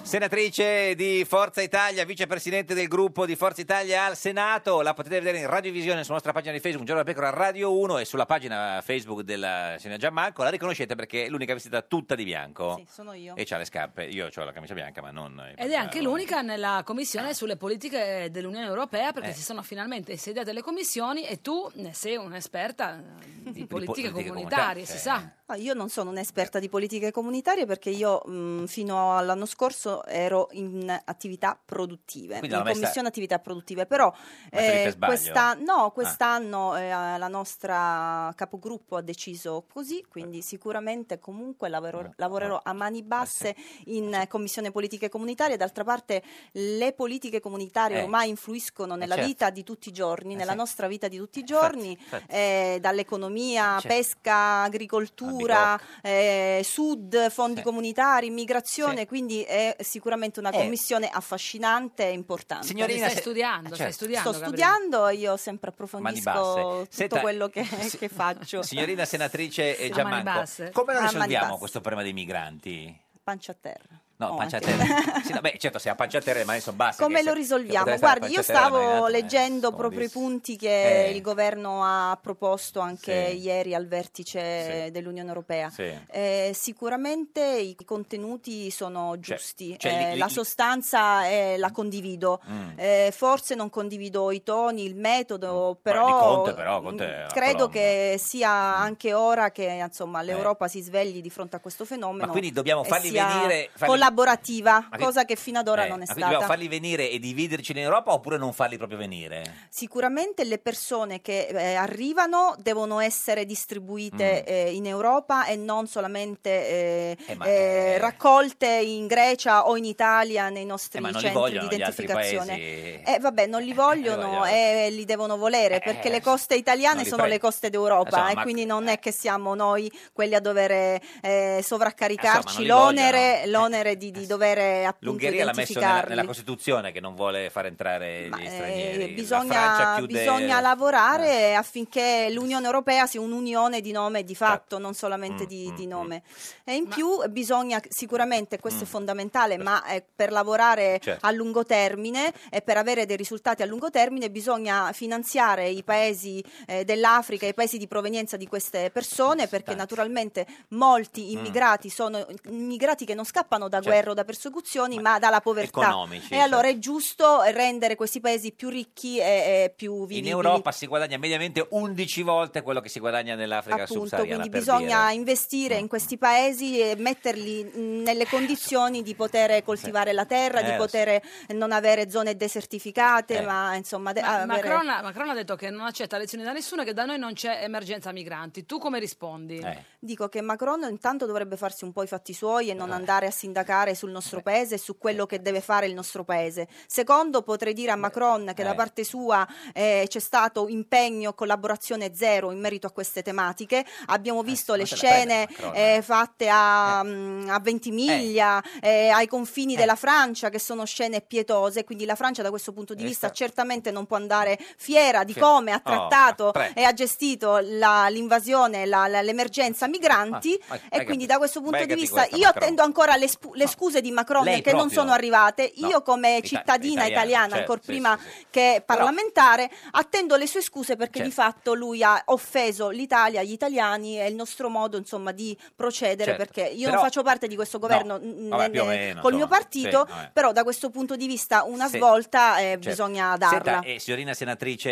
Senatrice di Forza Italia, vicepresidente del gruppo di Forza Italia al Senato, la potete vedere in radiovisione sulla nostra pagina di Facebook, Giorno da Pecora Radio 1 e sulla pagina Facebook della signora Giammanco, la riconoscete perché è l'unica vestita tutta di bianco. Sono io. E c'ha le scarpe, io ho la camicia bianca ma non... i Ed è anche pantaloni. l'unica nella commissione sulle politiche dell'Unione Europea perché Ah. Eh. si sono finalmente insediate le commissioni e tu ne sei un'esperta eh, di politiche politiche comunitarie, comunitarie, eh. si cioè. sa. Ma Io non sono un'esperta di politiche comunitarie perché io mh, fino all'anno scorso ero in attività produttive, Quindi in l'hanno messa- commissione attività produttive, però eh, Messa lì per sbaglio? questa- no, Ah. quest'anno eh, la nostra capogruppo ha deciso così, quindi sicuramente comunque lavoro- lavorerò a mani basse in eh, commissione politiche comunitarie, d'altra parte le politiche comunitarie Eh. ormai influiscono nella certo. vita di tutti i giorni, nella sì. nostra vita di tutti i giorni, infatti. eh, dall'economia, Certo. pesca, agricoltura, eh, sud, fondi comunitari, immigrazione, quindi è sicuramente una Eh. commissione affascinante e importante. Signorina, Quindi stai se- studiando, stai certo. studiando, Sto Gabriele. studiando e io sempre Eh, Mani approfondisco basse. tutto Senta, quello che, che faccio. Signorina senatrice eh, A mani Giammanco, basse. come lo A mani risolviamo basse. questo problema dei migranti? Pancia a terra. No, pancia a terra. Sì, no, beh, certo, se a pancia a terra rimane sono basse. Oh. Come Ah, che lo se- risolviamo? che potrebbe Guardi, io stare a terra, eh, stavo ma in realtà- leggendo proprio i punti che Eh. il governo ha proposto anche Sì. ieri al vertice Sì. dell'Unione Europea. Sì. Eh, sicuramente i contenuti sono Cioè- giusti, cioè eh, li- li- la sostanza eh, la condivido. Mm. Eh, forse non condivido i toni, il metodo, però, di Conte, però, Conte mh, è a Mm. credo Colombo. che sia anche ora che insomma, l'Europa si svegli di fronte a questo fenomeno. Eh. Ma quindi dobbiamo e farli sia venire- farli- collaborativa, Ma che- cosa che fino ad ora Eh, non ma è quindi stata. Dobbiamo farli venire e dividerci in Europa oppure non farli proprio venire? Sicuramente le persone che eh, arrivano devono essere distribuite eh, in Europa e non solamente eh, Mm. ma, eh, raccolte in Grecia o in Italia nei nostri Eh, ma non li centri di vogliono gli altri identificazione. paesi. Eh, vabbè, non li vogliono vogliono. Eh, e li devono volere perché le coste italiane non li sono prende. le coste d'Europa Insomma, e ma- eh. quindi non è che siamo noi quelli a dover eh, sovraccaricarci Insomma, non li Eh. l'onere, l'onere di, di dover appunto L'Ungheria l'ha messo nella, identificarli. eh, nella Costituzione che non vuole far entrare gli stranieri. La Francia Bisogna, chiude- Eh. bisogna lavorare affinché l'Unione Europea sia un'unione di nome e di fatto, non solamente Mm, di, mm, di mm. nome. E in più bisogna sicuramente, questo è Mm. fondamentale, ma eh, per lavorare Certo. a lungo termine e per avere dei risultati a lungo termine bisogna finanziare i paesi eh, dell'Africa, i paesi di provenienza di queste persone, perché naturalmente Mm. molti immigrati sono immigrati che non scappano da Certo. guerra o da persecuzioni, ma, dalla povertà. economici, e allora è giusto rendere questi paesi più ricchi e, e più vivibili. In Europa si guadagna mediamente 11 volte quello che si guadagna nell'Africa Appunto, subsahariana. quindi per bisogna dire. Mm. investire in questi paesi e metterli mh, nelle condizioni di poter coltivare la terra, Eh, di lo so. poter non avere zone desertificate, Eh. ma insomma de- Ma- avere- Macron, ha- Macron ha detto che non accetta lezioni da nessuno e che da noi non c'è emergenza migranti. Tu come rispondi? Dico che Macron intanto dovrebbe farsi un po' i fatti suoi e non andare a sindacare sul nostro paese e su quello che deve fare il nostro paese. Secondo, potrei dire a Macron che da parte sua eh, c'è stato impegno, collaborazione zero in merito a queste tematiche. Abbiamo visto le Eh, ma se la prende scene Macron, Eh. eh, fatte a, mm, a Ventimiglia, eh, ai confini della Francia, che sono scene pietose. Quindi la Francia da questo punto di Eh, vista sta- certamente non può andare fiera di Sì. come ha Oh, trattato prego. e ha gestito la- l'invasione, la- la- l'emergenza migranti Ma- ma- e ma- quindi da questo punto di megati vista questa, io Macron. attendo ancora le, spu- le scuse di Macron Lei che non proprio- sono arrivate. no, Io come Ita- cittadina italiana, italiana, certo, ancora sì, prima che parlamentare, attendo le sue scuse perché di Certo. fatto lui ha offeso l'Italia, gli italiani e il nostro modo insomma di procedere Certo. perché io Però- non faccio parte di questo governo n- Vabbè, né- più o né- meno, col insomma. mio partito, Sì, vabbè. però da questo punto di vista una Sì. svolta eh, Certo. bisogna darla. Senta, eh, signorina senatrice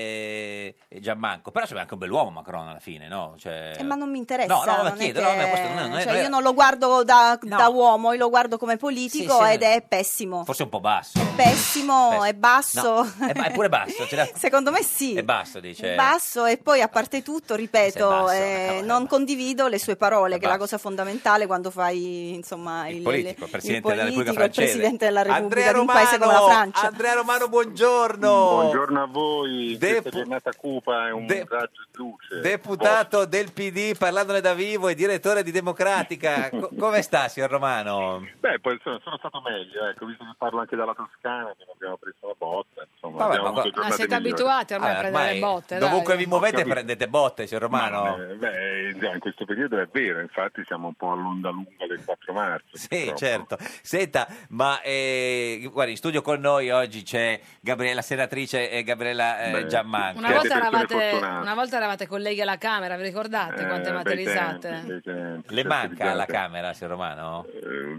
eh, Giammanco, però sembra anche un bell'uomo Macron alla fine, no? Cioè- Eh, ma non mi interessa. No, no, ma non è chiedo, che- no, ma questo non è- non è- cioè, non è- io non lo guardo da, da uomo, io lo guardo come politico Sì, sì, ed è pessimo. Forse un po' basso. Pessimo, è basso. No, è, ba- è pure basso. ce l'ha- Secondo me sì. È basso, dice. Basso e poi a parte tutto, ripeto, Eh. basso, eh, non condivido le sue parole, che è la basso. cosa fondamentale quando fai insomma il, Politico, il presidente il della politico, Repubblica il Francese. presidente della Repubblica Andrea di un paese come la Romano, Francia. Andrea Romano, buongiorno. Buongiorno a voi, questa giornata cupa è un raggio di luce. Deputato del PD, parlandone da vivo e direttore di Democratica. Co- come sta, signor Romano? Beh, poi insomma, sono stato meglio, ecco, visto che parlo anche dalla Toscana, che non abbiamo preso la botta, insomma, Vabbè, abbiamo ma- avuto Ah, giornate siete migliori. abituati ormai a Eh, prendere ormai, botte. dai. dovunque vi muovete Ho capito. prendete botte, signor Romano. Eh, Beh, già in questo periodo è vero, infatti siamo un po' all'onda lunga del 4 marzo. Sì, certo. Senta, ma eh, guarda, in studio con noi oggi c'è Gabriella, senatrice e Gabriella eh, Beh, Giammanco. Una volta, eravate, una volta eravate colleghi alla Camera, vi Eh, ricordate quante materializzate? Le manca la Camera, signor Romano?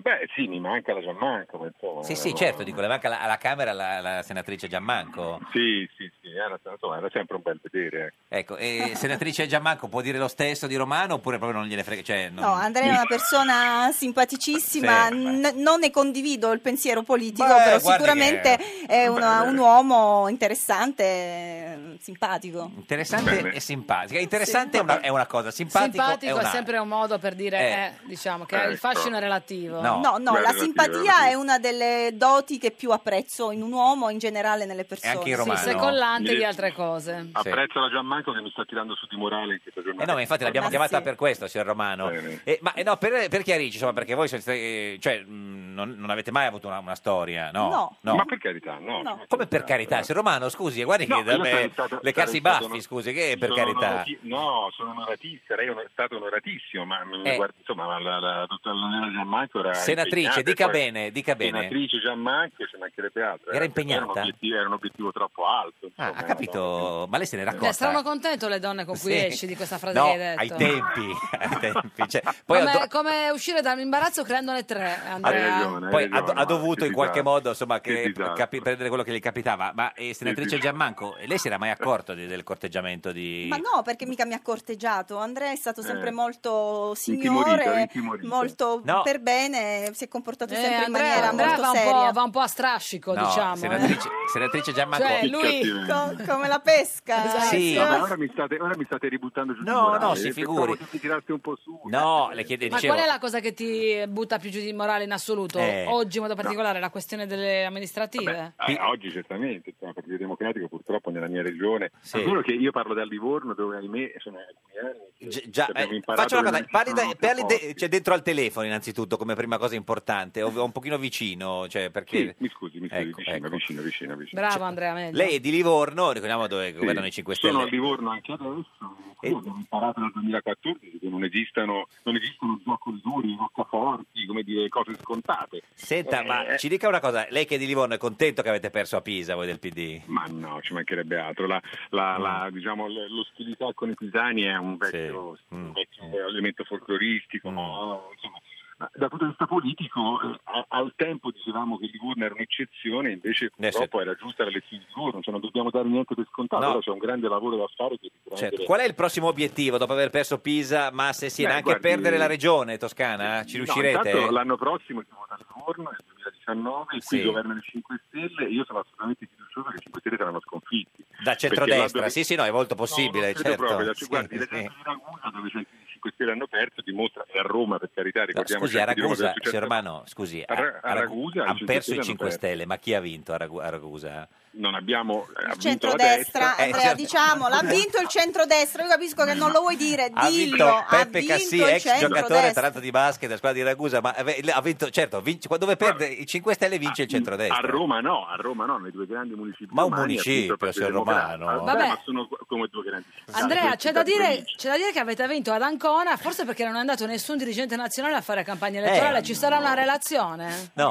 beh, sì, mi manca la Giammanco, ma insomma... eh, Sì, sì, no. certo, dico, le manca la- alla Camera la, la senatrice Giammanco. ecco. Sì, sì, sì, era, insomma, era sempre un bel vedere. ecco. Ecco, e senatrice Giammanco può dire lo stesso di Romano oppure proprio non gliene frega? Cioè, non- No, Andrea è una persona simpaticissima, Sì, n- non ne condivido il pensiero politico, Beh, però guardi sicuramente che- è una- Beh. un uomo interessante, eh, simpatico. Interessante e simpatica. Interessante è, una, è una cosa, simpatico, Simpatico è è un'altra. sempre un modo per dire, Eh. eh, diciamo, che il Ecco. fascino è relativo. No. No, no, Beh, la relativo, simpatia è una delle doti che più apprezzo in un uomo e in generale nelle persone. anche in romano. Sì, sei collante di Mi- altre cose. Ah, Apprezzo la Gianmanco che mi sta tirando su di morale in questa giornata. Eh no, ma infatti l'abbiamo chiamata per questo, signor Romano. Eh, ma eh, no, per, per chiarirci, insomma, perché voi siete, eh, cioè, mh, non, non avete mai avuto una, una storia, no? No. Ma per carità, no. No. Come per carità, signor Romano, scusi, eh, guardi No, che io sarei le stato- leccarsi sarei i baffi, stato uno- scusi, che Eh, per Sono carità. onorati- no, sono onoratissimo, sarei onor- stato onoratissimo, ma mi- Eh. guardi, insomma, la, la dottoressa Gianmanco era Senatrice, impegnata, dica poi- bene, dica bene. Senatrice Gianmanco, se mancherebbe eh, altro. Era impegnata? Era un obiettivo, era un obiettivo troppo alto. Ah, ha capito, ma lei se ne Cioè, saranno racconta. contento le donne con cui Sì. esci di questa frase No, che hai detto. ai tempi, ai tempi. Cioè, poi ha do- Come, come uscire dall'imbarazzo creandone tre, Andrea. Poi ha, ha dovuto in qualche modo insomma, che che- disastro. capi- prendere quello che gli capitava. Ma eh, senatrice disastro. Gianmanco, lei si era mai accorto di- del corteggiamento di... Ma no, perché mica mi ha corteggiato. Andrea è stato sempre Eh. molto Intimorito, signore, intimorito. molto No. per bene, si è comportato Eh, sempre in Andrea- maniera Andrea molto va un po'- seria. va un po' a strascico, No, diciamo. eh. senatrice, senatrice Gianmanco... Cioè, lui- Co- come la pesca. Esatto. Esatto. Sì. Grazie. ora, mi state, ora mi state ributtando giù di No, morale, eh, no, si pensavo figuri. che ti tirasse un po' su. eh, No, le chiede, Ma dicevo... qual è la cosa che ti butta più giù di morale in assoluto? Eh. Oggi in modo particolare la questione delle amministrative? Eh, oggi certamente, insomma, il Partito Democratico purtroppo nella mia regione, Sì. è solo che io parlo da Livorno dove ahimè sono alcuni anni che Gi- già, che Cioè, abbiamo eh, imparato faccio una cosa, che non parli, ci da- sono parli de- posti. cioè, dentro al telefono innanzitutto come prima cosa importante, o un pochino vicino, cioè, perché... Ecco, Sì, mi scusi, mi scusi, vicino, vicino, vicino, vicino. Bravo Andrea, meglio. Cioè, Lei è di Livorno, ricordiamo dove Sì, governano i 5 Stelle. Sono a Livorno anche adesso, qui abbiamo imparato nel 2014 che non esistano, non esistono giocosuri, roccaforti, come dire, cose scontate. Senta, Eh, ma ci dica una cosa, lei che è di Livorno è contento che avete perso a Pisa voi del Mm. PD? Ma no, ci mancherebbe altro. La, la- la- diciamo, l- l'ostilità con i pisani è un vecchio, Mm. un vecchio elemento folcloristico. no? Insomma, ma dal punto di vista politico, eh, a- al tempo dicevamo che Livorno era un'eccezione, invece Eh, purtroppo era giusta la lezione di Livorno, cioè, non dobbiamo dare niente per scontato, No. però c'è un grande lavoro da fare. Che sicuramente- Certo. Qual è il prossimo obiettivo dopo aver perso Pisa, ma se sì, Beh, anche guardi- eh, perdere la regione toscana? Ci No, riuscirete? intanto l'anno prossimo si vota a Livorno, nel 2019, qui Sì. governano i 5 Stelle e io sono assolutamente fiducioso che i 5 Stelle saranno sconfitti. da Perché centrodestra? laddove- Sì, sì, no, è molto possibile, credo certo. proprio, cioè, Sì, guardi, sì. l'esempio di Ragusa dove i 5 Stelle hanno perso dimostra e a Roma per carità No, ricordiamo scusi, a sempre di Roma Ragusa, cosa è signor successo. Romano, scusi, A Ra- a Ragu- Ragusa hanno i perso i 5 5 Stelle. Stelle, ma chi ha vinto a, Ragu- a Ragusa? non abbiamo eh, ha Il vinto la centrodestra, destra. Eh, Andrea, certo. diciamo, l'ha vinto il centrodestra. Io capisco che non lo vuoi dire, Ha dillo. vinto ha Peppe vinto Cassì, il ex giocatore centrodestra. tra l'altro di basket della squadra di Ragusa, ma ave- ha vinto, certo, vince- quando- dove perde i 5 Stelle vince il centrodestra. Ah, A Roma no, a Roma no, nei due grandi municipi. Ma un romani, municipio, appunto, il signor Partito Romano. Democratico. Vabbè, Vabbè. ma sono come due grandi città. Andrea, due c'è città da, di dire, provincia. c'è da dire che avete vinto ad Ancona, forse perché non è andato nessun dirigente nazionale a fare campagna elettorale. Eh, Ci sarà una relazione? Beh,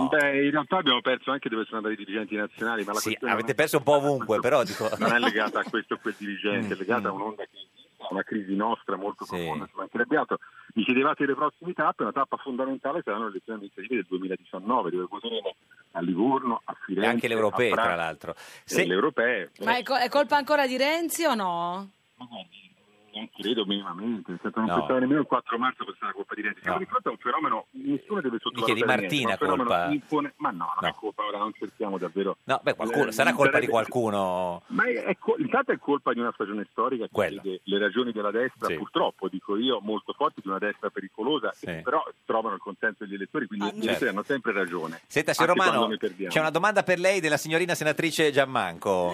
in realtà abbiamo perso anche dove sono andati i dirigenti nazionali, ma la Sì, questione avete perso un po' ovunque, però dico... Mm, non, non è legata a questo o quel dirigente, è legata a un'onda che esiste, a una crisi nostra molto profonda. Ci mancherebbe altro. Mi chiedevate le prossime tappe, una tappa fondamentale saranno le elezioni amministrative del 2019, dove voteremo a Livorno, a Firenze. anche le europee, a Prato, tra l'altro. e Le europee. Ma è, co- è colpa ancora di Renzi o no? Non Eh, credo minimamente, nel senso, non No. pensavo nemmeno il 4 marzo fosse una colpa di Renzi. No. Di fronte a un fenomeno, nessuno deve Mica sottovalutare. di niente, Martina ma un fenomeno colpa. impone- ma no, non è colpa, ora non cerchiamo davvero. No, beh, qualcuno, Eh, sarà colpa di sarebbe- qualcuno. Ma è- è co- intanto è colpa di una stagione storica che Quello. vede le ragioni della destra, Sì. purtroppo, dico io, molto forti, di una destra pericolosa, Sì. che però trovano il consenso degli elettori, quindi gli Certo. elettori hanno sempre ragione. Senta, signor anche Romano, quando noi perdiamo. c'è una domanda per lei della signorina senatrice Giammanco.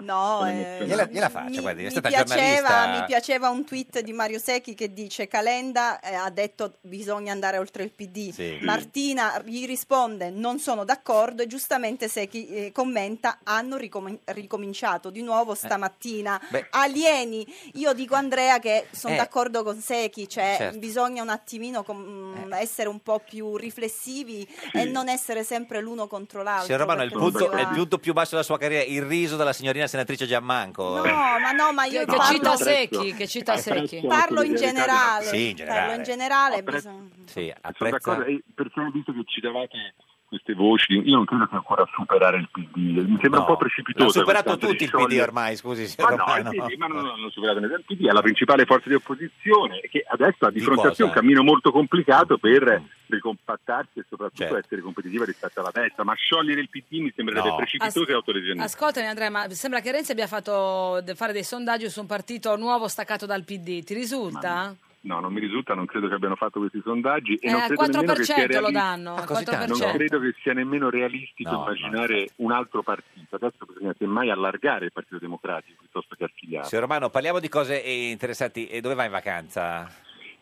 No, eh, Gliela, gliela faccia, guardi, è mi, stata piaceva, giornalista. mi piaceva un tweet di Mario Secchi che dice Calenda eh, ha detto bisogna andare oltre il PD. Sì. Martina gli risponde non sono d'accordo e giustamente Secchi eh, commenta hanno ricom- ricominciato di nuovo stamattina. Eh. Beh. Alieni, io dico Andrea che sono Eh. d'accordo con Secchi, cioè Certo. Eh. bisogna un attimino com- essere un po' più riflessivi e non essere sempre l'uno contro l'altro. Signor Romano, è il, perché punto, non è si il va- punto più basso della sua carriera, il riso della signorina senatrice Giammanco. No, ma no, ma io Che, che parlo- cita secchi, che cita secchi. Parlo in generale. Sì, in generale. Parlo in generale. Apprezzo- bisogna- Sì, Sono apprezza... d'accordo, e perché ho visto che citavate questa queste voci, io non credo che ancora superare il PD, mi sembra un po' precipitoso. L'ha superato tutti il PD ormai, scusi. Ma signor no, Romano. il PD, ma non hanno superato neanche il PD, è la principale forza di opposizione che adesso ha di, Di fronte a sé un cosa? Mm. cammino molto complicato per ricompattarsi e soprattutto essere competitiva rispetto alla destra, ma sciogliere il PD mi sembrerebbe Certo. No. precipitoso As- e autolesionista. Ascoltami Andrea, ma sembra che Renzi abbia fatto de- fare dei sondaggi su un partito nuovo staccato dal PD, ti risulta? No, non mi risulta, non credo che abbiano fatto questi sondaggi e Eh, non al credo nemmeno che sia 4% lo realista- danno, al Ah, così tanto? non 4%. credo che sia nemmeno realistico immaginare un altro partito. Adesso bisogna semmai allargare il Partito Democratico piuttosto che archiviarlo. Signor Romano, parliamo di cose eh, interessanti. E dove va in vacanza?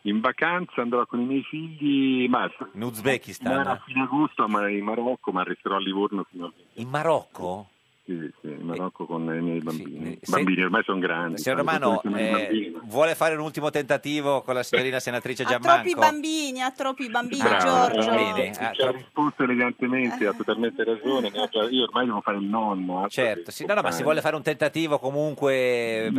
In vacanza andrò con i miei figli, ma in Uzbekistan. a fine agosto, ma in Marocco, ma resterò a Livorno fino a In Marocco? Sì, sì, sì, in Marocco con i miei bambini. I bambini ormai sono grandi. Signor sai, Romano, sono i eh, bambini. vuole fare un ultimo tentativo con la signorina senatrice Ha troppi Giammanco? bambini, ha troppi bambini, Bravo, Giorgio. bravo. Bene, ah, Ci ha risposto elegantemente, ha totalmente ragione. ne ho già- Io ormai devo fare il nonno. Certo, Sì, No, no, ma si vuole fare un tentativo comunque... eh,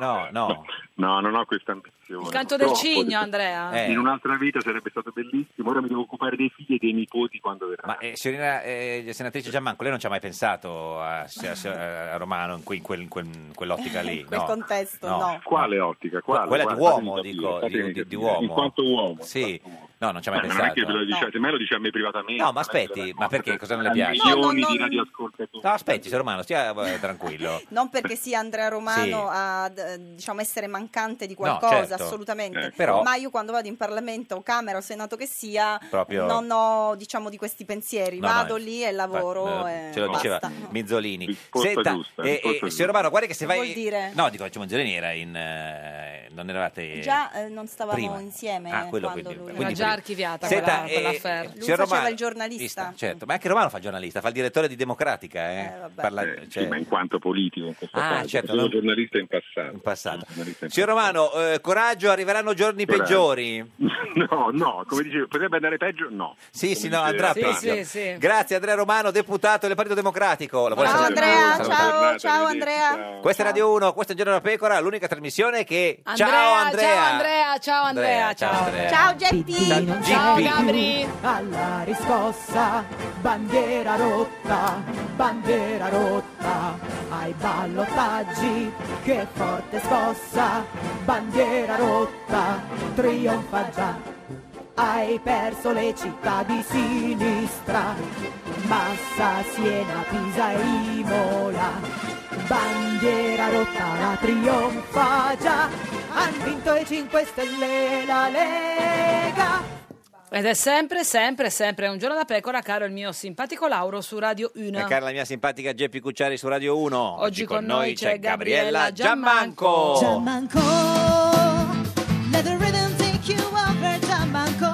No, no. No, non ho questa ambizione. Il canto del Troppo, cigno, detto- Andrea. Eh. In un'altra vita sarebbe stato bellissimo. Ora mi devo occupare dei figli e dei nipoti quando verranno. Ma eh, signorina eh, senatrice Giammanco, lei non ci ha mai pensato a, a- a- a Romano in, quel- in, quel- in quel- in quell'ottica lì? In quel no. contesto, No. no. Quale ottica? Quale? Quella Guarda, di uomo, fatemi dico, capire, di, fatemi di- di capire. uomo. In quanto uomo. Sì. No, non ci ha mai Ma non è pensato. che ve lo dice, me lo dice a me privatamente. No, ma aspetti, ma perché? Cosa non le A piace? milioni di radioascoltatori. No, aspetti, signor Romano, stia eh, tranquillo. Non perché sia Andrea Romano Sì. a d- diciamo, essere mancante di qualcosa, certo. assolutamente. Eh, però- Ma io quando vado in Parlamento, Camera o Senato che sia, Proprio- non ho diciamo, di questi pensieri. No, vado no, lì e lavoro. Fa- e eh, ce lo diceva basta. Mizzolini. Risposta giusta, risposta eh, eh, giusta. signor Romano, guarda che se Che vai... vuol dire? No, dico, cioè, Manzolini era in... eh, non eravate... Già eh, non stavamo prima. insieme eh, Ah, quello quando quindi, lui... quindi Era già prima. archiviata Senta, quella, eh, quell'affaire. Lui signor faceva Romano- il giornalista. Certo, ma anche Romano fa il giornalista, fa il direttore di Democratica. Eh? Parla- cioè- Sì, ma in quanto politico, in questo Ah, caso. certo, Sono non- giornalista in passato. Signor Romano, eh, coraggio, arriveranno giorni Coraggio. peggiori. No, no, come dicevo, potrebbe andare peggio? No. Sì, sì, Come no, diceva andrà Sì, peggio. sì, Grazie Andrea Romano, deputato del Partito Democratico. La vuole Ciao salutare? Andrea, ciao, Salutare. ciao Andrea. Questa è Radio 1, questo è Il Giorno della Pecora, l'unica trasmissione che... ciao Andrea! Ciao Andrea, ciao Andrea, Andrea, ciao ciao. Andrea. Ciao Geppi. Ciao, C'è Gippi. più Alla riscossa, bandiera rotta, bandiera rotta, ai ballottaggi, che forte scossa, bandiera rotta, trionfa già. Hai perso le città di sinistra, Massa, Siena, Pisa e Imola. Bandiera rotta, la trionfa già, han vinto i 5 Stelle e la Lega. Ed è sempre, sempre, sempre un giorno da pecora, caro il mio simpatico Lauro su Radio 1. E cara la mia simpatica Geppi Cucciari su Radio 1. Oggi, con noi c'è Gabriella Giammanco. Let the rhythm take you over, Giammanco.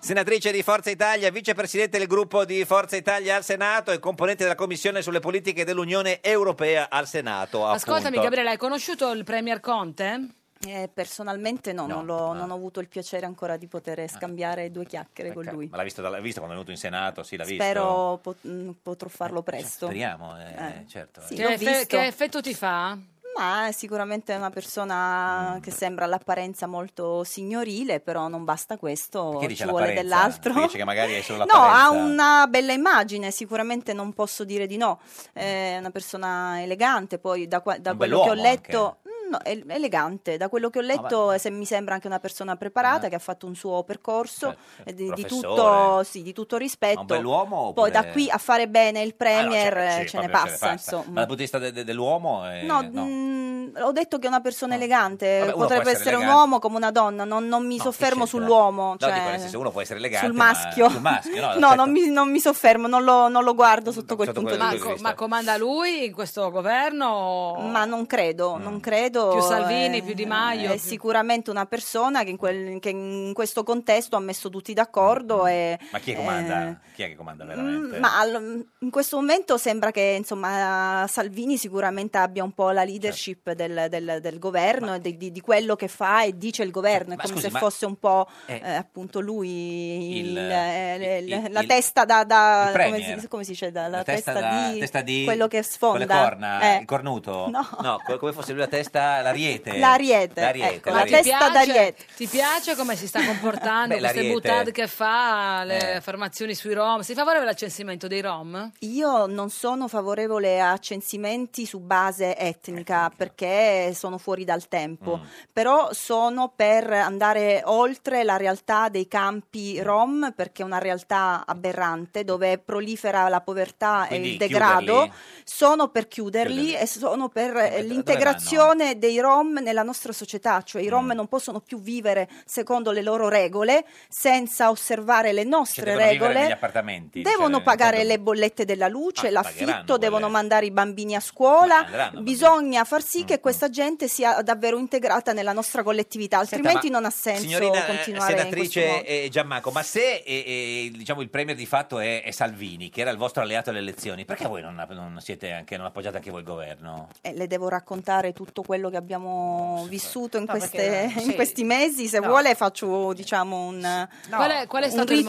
Senatrice di Forza Italia, vicepresidente del gruppo di Forza Italia al Senato e componente della Commissione sulle politiche dell'Unione Europea al Senato. appunto. Ascoltami Gabriele, hai conosciuto il Premier Conte? Eh, personalmente no, No, Ah. non, l'ho- non ho avuto il piacere ancora di poter scambiare due chiacchiere con lui. Ma l'ha visto, dalla- l'ha visto quando è venuto in Senato? Sì, l'ha visto. cioè, Spero pot- mh, potrò farlo presto. Speriamo, eh, certo. Sì, Che, l'ho effe- visto. che effetto ti fa? Ma è sicuramente una Mm. persona che sembra all'apparenza molto signorile, però non basta questo, Perché ci dice vuole l'apparenza? dell'altro. Perché Dice che magari è solo No, ha l'apparenza. una bella immagine, sicuramente non posso dire di no. È una persona elegante, poi da, qua- da Un quello che ho bell'uomo Ah, letto. Mm, no, el- elegante, da quello che ho letto eh, se- mi sembra anche una persona preparata che ha fatto un suo percorso eh, di, di tutto, professore. sì, di tutto rispetto. Un bell'uomo Poi oppure- da qui a fare bene il Ah, no, Premier cioè, eh, sì, ce ne proprio passa, Ma insomma. dal punto di vista de- de- dell'uomo? eh, No, no. mm, ho detto che è una persona elegante, Vabbè, uno può potrebbe essere essere un elegante. uomo come una donna, non, non mi No, soffermo che c'entra? sull'uomo, No, cioè, dico, nel senso, uno può essere elegante, sul ma- maschio. sul maschio, no, no, aspetta. certo, non mi, non mi soffermo, non lo, non lo guardo sotto quel sotto punto quel di punto vista. di Ma comanda lui in questo governo? o- Ma non credo, non credo. Più Salvini, eh, più Di Maio, È più- sicuramente una persona che in, quel- che in questo contesto ha messo tutti d'accordo. E, Mm. Ma chi è eh, Mm, che comanda? Chi è che comanda veramente? Ma al- in questo momento sembra che insomma, Salvini sicuramente abbia un po' la leadership Certo. del, del- del governo e di- di, di quello che fa e dice il governo, è Ma come scusi, se ma- fosse un po' eh, eh, appunto lui il- il- eh, il- l- il- la il- testa da, da- il come, premier. si, come si dice da- la, La testa, da- testa di quello che sfonda con le corna, Eh. il cornuto No. co- come fosse lui la testa l'ariete L'ariete, Eh, l'ariete, ecco, l'ariete. la testa piace- d'ariete. Ti piace come si sta comportando Beh, queste l'ariete. buttate che fa, le Eh. affermazioni sui rom? Sei favorevole al censimento dei rom? Io non sono favorevole a censimenti su base etnica perché sono fuori dal tempo, però sono per andare oltre la realtà dei campi rom perché è una realtà aberrante dove prolifera la povertà Quindi e il degrado. chiuderli. Sono per chiuderli e sono per eh, l'integrazione dei rom nella nostra società, cioè i rom non possono più vivere secondo le loro regole senza osservare le Cioè, nostre devono vivere regole. negli appartamenti Devono cioè, pagare quando- le bollette della luce, pagheranno l'affitto, devono mandare i bambini a scuola. andranno, Bisogna far Mm, sì che questa gente sia davvero integrata nella nostra collettività, altrimenti ma non ha senso Signorina eh, continuare in questo modo. senatrice eh, Gianmaco, ma se eh, eh, diciamo, il premier di fatto è, è Salvini, che era il vostro alleato alle elezioni, perché voi non, non siete anche, non appoggiate anche voi il governo? Eh, le devo raccontare tutto quello che abbiamo vissuto in, No, queste- perché- in sì. questi mesi. Se No. vuole faccio diciamo un, Qual è- qual è un stato il mo-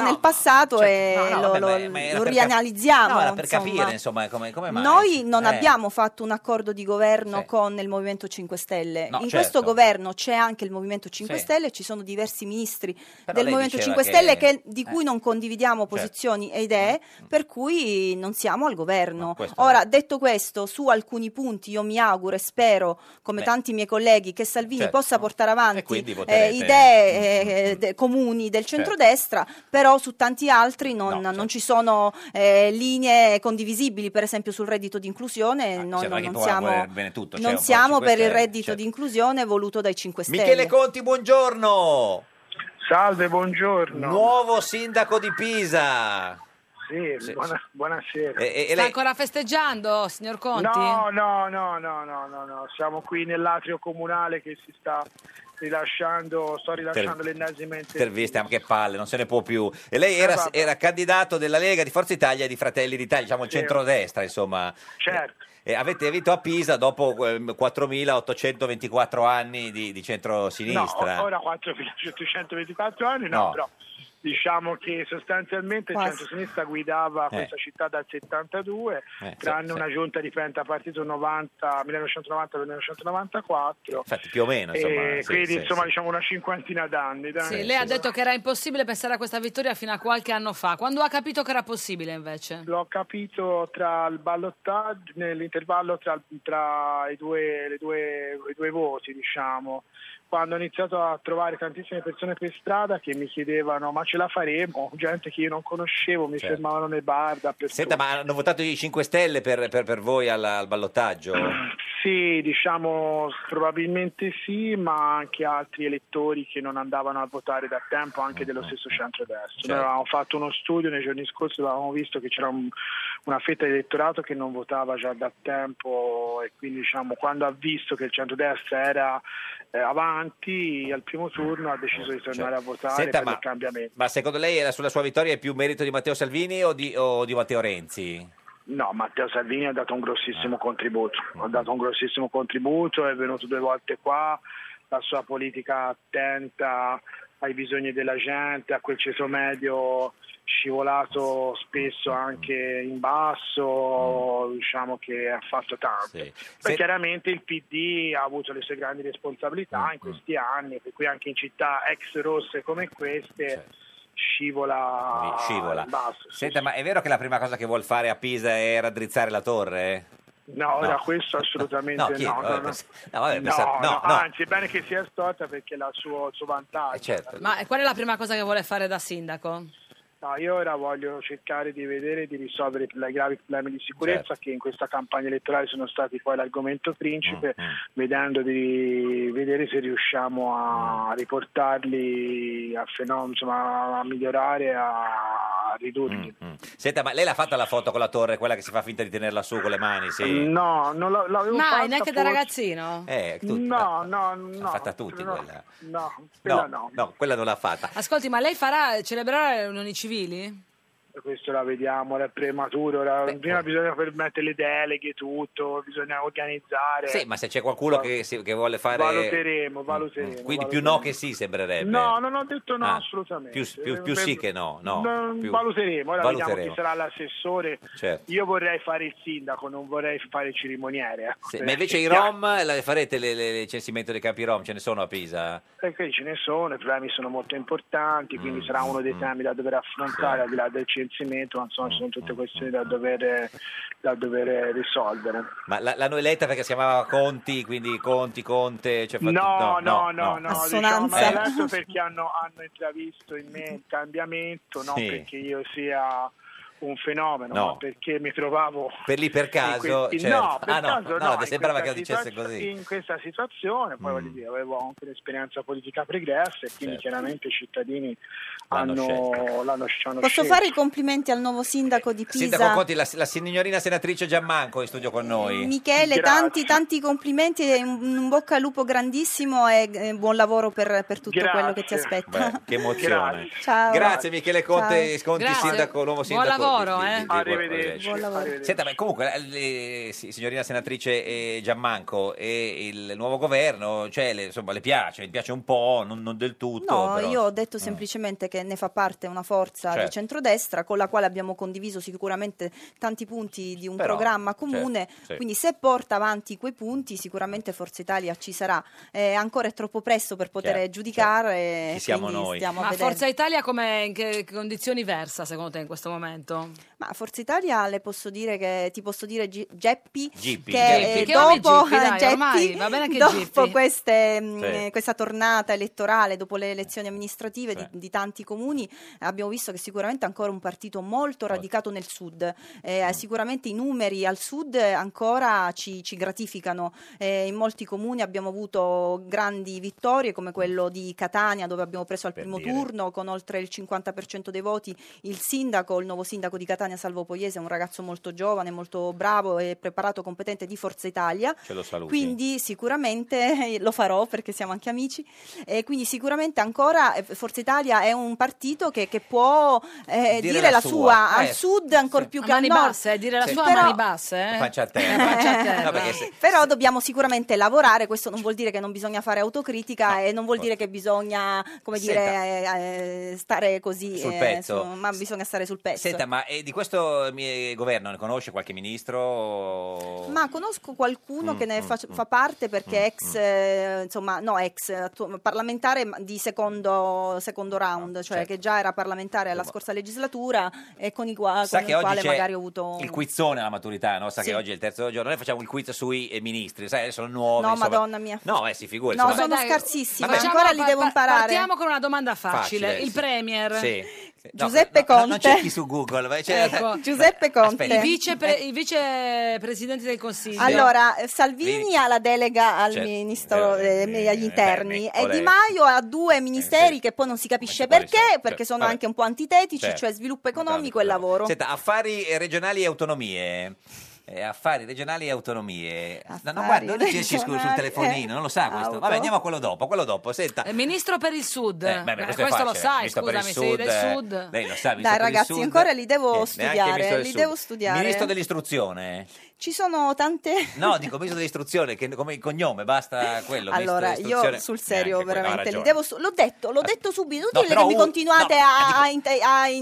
No, nel passato e Cioè, No, no, Eh, lo, vabbè, lo- ma- ma era lo per cap- rianalizziamo. No, era per insomma. capire, insomma, come, come mai? Noi non Eh. abbiamo fatto un accordo di governo Sì. con il Movimento 5 Stelle. No, in certo. questo governo c'è anche il Movimento 5 Sì. Stelle, ci sono diversi ministri lei del Movimento diceva 5 Stelle che- che- di eh. Mm. cui non condividiamo posizioni e idee, per cui non siamo al governo. questo- Ora, detto questo, su alcuni punti io mi auguro e spero, come Beh. tanti miei colleghi, che Salvini Certo. possa portare avanti quindi eh, voterete. idee eh, de- comuni del Mm. Certo. centrodestra, però su tanti altri non, non ci sono eh, linee condivisibili, per esempio sul reddito di inclusione, non, non- sembra che non può siamo, voler bene tutto, non cioè, un po' siamo per 5 il Stelle, reddito di inclusione voluto dai 5 Stelle. certo. Michele Conti, buongiorno. Salve, buongiorno. Nuovo sindaco di Pisa. Sì, buona- buonasera. E- e- e Sta lei- ancora festeggiando, signor Conti? No, no, no, no, no, no, no. siamo qui nell'atrio comunale che si sta rilasciando, sto rilasciando Ter- l'ennesima intervista. Interviste, ma che palle, non se ne può più. E lei era, era candidato della Lega di Forza Italia e di Fratelli d'Italia, diciamo il Esatto. Sì. centrodestra, insomma. Certo. E avete vinto a Pisa dopo eh, 4.824 anni di, di centrosinistra. No, ora 4.824 anni, no, eh. No. però diciamo che sostanzialmente il Quasi. centro-sinistra guidava Eh. questa città dal 72, Eh, sì, tranne sì. una giunta di pentapartito 90, 1990-1994. Infatti, più o meno, insomma. e sì, Eh, quindi sì, insomma sì. diciamo una cinquantina d'anni. dai. Sì, lei ha detto che era impossibile pensare a questa vittoria fino a qualche anno fa. Quando ha capito che era possibile invece? L'ho capito tra il ballottaggio, nell'intervallo tra, tra i, due, le due- i due voti, diciamo, quando ho iniziato a trovare tantissime persone per strada che mi chiedevano ma ce la faremo, gente che io non conoscevo, mi Certo. fermavano nei bar, dappertutto. Senta, ma hanno votato i 5 Stelle per, per- per voi al, al ballottaggio? Sì, diciamo probabilmente sì, ma anche altri elettori che non andavano a votare da tempo, anche dello Mm-hmm. stesso centrodestra. Noi Certo. avevamo fatto uno studio nei giorni scorsi, avevamo visto che c'era un- una fetta di elettorato che non votava già da tempo e quindi diciamo, quando ha visto che il centrodestra era eh, avanti al primo turno ha deciso di tornare a votare Certo, Senta, per ma- il cambiamento. Ma secondo lei la- sulla sua vittoria è più merito di Matteo Salvini o di, o di Matteo Renzi? No, Matteo Salvini ha dato un grossissimo contributo, ha dato un grossissimo contributo, è venuto due volte qua, la sua politica attenta ai bisogni della gente, a quel ceto medio scivolato spesso anche in basso, diciamo che ha fatto tanto. Poi chiaramente il PD ha avuto le sue grandi responsabilità in questi anni, per cui anche in città ex rosse come queste scivola, Scivola. in basso. Senta, ma è vero che la prima cosa che vuol fare a Pisa è raddrizzare la torre? No, ora No. questo assolutamente No, no. chiedo, no, vabbè, no. pens- no, vabbè, No, pensavo- no, no, no. anzi, è bene che sia storta perché è il suo vantaggio. Eh, certo. Ma qual è la prima cosa che vuole fare da sindaco? No, io ora voglio cercare di vedere di risolvere i gravi problemi di sicurezza Certo. che in questa campagna elettorale sono stati poi l'argomento principe, Mm, vedendo di vedere se riusciamo Mm. a riportarli a fenomeno, insomma, a migliorare, a ridurli. Mm, Senta, ma lei l'ha fatta la foto con la torre, quella che si fa finta di tenerla su con le mani, sì? No, non l'ho- l'avevo fatta Mai, neanche da forse- ragazzino? Eh, tu- No, no, no. l'ha fatta tutti quella. No, No, quella no. no, quella non l'ha fatta. Ascolti, ma lei farà celebrare le unioni civili? questo la vediamo, ora è prematuro, ora- oh. prima bisogna permettere le deleghe, tutto, bisogna organizzare. Sì, ma se c'è qualcuno che, si- che vuole fare... Valuteremo, valuteremo. Mm, Quindi più no che sì sembrerebbe. No, non ho detto no Ah, assolutamente. Più, più- più sì che no. no, Mm, più- Valuteremo, ora vediamo Valuteremo. chi sarà l'assessore. Certo. Io vorrei fare il sindaco, non vorrei fare il cerimoniere. ecco. Sì, ma invece i Rom, la- farete le- le- il censimento dei campi Rom? Ce ne sono a Pisa? Perché ce ne sono, i problemi sono molto importanti, Mm, quindi sarà uno dei temi da dover affrontare al di là del censimento, ma insomma ci sono Mm, tutte questioni da dover, da dover risolvere. Ma la- l'hanno eletta perché si chiamava Conti, quindi Conti, Conte... Cioè fa tut- No, no, no, no, diciamo, Eh, adesso perché hanno, hanno intravisto in me il cambiamento, non Sì. perché io sia un fenomeno, No. ma perché mi trovavo Per lì per in caso... questi- certo. no, per ah, caso no, no, in sembrava che questa dicesse situazio- così. Mm. In questa situazione, poi voglio dire, avevo anche un'esperienza politica pregressa e quindi Certo. chiaramente i cittadini L'hanno hanno, scelto. l'hanno, ci hanno Posso scelto. fare i complimenti al nuovo sindaco di Pisa? Eh, Sindaco Conti, la, la signorina senatrice Gianmanco è in studio con noi. Michele, tanti tanti complimenti, e un, un bocca al lupo grandissimo e eh, buon lavoro per, per tutto Grazie. quello che ti aspetta. Beh, che emozione. Ciao. Grazie Michele Conte, Ciao. Sconti, Grazie. sindaco, nuovo Buon sindaco. lavoro, eh. Arrivederci. Buon lavoro. Arrivederci. Senta, ma comunque, la- le- si- signorina senatrice eh, Giammanco e il nuovo governo, cioè, le, insomma, le piace, le piace un po', non, non del tutto. No, però. Eh. io ho detto semplicemente che ne fa parte una forza Certo. di centrodestra con la quale abbiamo condiviso sicuramente tanti punti di un Però, programma comune, certo, sì. quindi se porta avanti quei punti sicuramente Forza Italia ci sarà. Eh, ancora è troppo presto per poter Chiaro, giudicare. Chi e Certo, siamo Eh, quindi noi? stiamo a Ma vedere. Forza Italia come in che condizioni versa secondo te in questo momento? Ma Forza Italia le posso dire che ti posso dire Gi- Geppi Gippi, che Gippi. eh, Chiamami dopo Gippi, dai, Geppi, ormai, va bene anche dopo Gippi. queste, mh, Sì. eh, questa tornata elettorale, dopo le elezioni amministrative di, di tanti comuni, abbiamo visto che sicuramente è ancora un partito molto radicato nel sud. Eh, sicuramente i numeri al sud eh, ancora ci, ci gratificano. Eh, in molti comuni abbiamo avuto grandi vittorie come quello di Catania dove abbiamo preso al primo dire. turno con oltre il 50% dei voti il sindaco, il nuovo sindaco di Catania Salvo Poiese, è un ragazzo molto giovane, molto bravo e preparato, competente di Forza Italia. Ce lo saluti. Quindi sicuramente lo farò perché siamo anche amici. E quindi sicuramente ancora eh, Forza Italia è un partito che, che può eh, Dire dire, la la sua. sua, Eh, al sud ancor più A che al mani nord. basse, eh, dire la Sì. sua a Però- mani basse. Eh? Pancia a terra. Pancia a terra. No, perché se- però dobbiamo sicuramente lavorare, questo non vuol dire che non bisogna fare autocritica e non vuol dire che bisogna, come dire, eh, eh, stare così, Sul eh, pezzo. su- ma bisogna stare sul pezzo. Senta, ma eh, di questo mie- governo ne conosce qualche ministro? O- Ma conosco qualcuno Mm, che ne mm, fa, fa parte perché ex, eh, insomma, no, ex attu- parlamentare ma di secondo, secondo Ah, round, cioè certo. che già era parlamentare alla scorsa legislatura e con, i qua- Sa con che il oggi quale c'è magari ho avuto. Il quizzone alla maturità, no? Sa Sì. che oggi è il terzo giorno. Noi facciamo il quiz sui eh, ministri, sai, sono nuovi. No, insomma. madonna mia. No, eh, si figura. No, insomma. sono Dai, scarsissimi, facciamo- ancora li pa- devo pa- imparare. Partiamo con una domanda facile. Facile, il sì. Premier. Sì. No, Giuseppe no, no, non Conte. cerchi su Google. cioè, ma c'è- Ecco. Giuseppe Conte. I vicepre- i vicepresidenti del Consiglio. Allora, eh, Salvini ha la delega al Certo, Cioè, ministro eh, agli ecco, Berni, interni e lei. Di Maio ha Eh, due ministeri che poi non si capisce perché, perché sono certo, vabbè. anche un po' antitetici, Certo. cioè sviluppo economico e lavoro. Senta, affari eh, regionali e autonomie. Eh, affari regionali e autonomie. No, no, Affari guarda, non ci esci sul regionali telefonino, e non lo sa questo. auto. Vabbè, andiamo a quello dopo, a quello dopo. Senta. Eh, Ministro per il Sud. Eh, beh, beh, Eh, questo è lo facile, sai, ministro per il scusami, sei del eh, Sud. Lei lo sa, ministro Dai per il ragazzi, Sud. ancora li devo Niente, neanche ministro studiare, del li Sud. devo studiare. Ministro dell'istruzione. Ci sono tante No, dico ministro dell'istruzione, che, come il cognome, basta quello. ministro Allora, dell'istruzione. io sul serio, Neanche quello, ha veramente, li ragione. Eh, devo su- l'ho detto, l'ho detto subito. No, Inutile però che mi un- continuate no, a, a inte- a interrogare.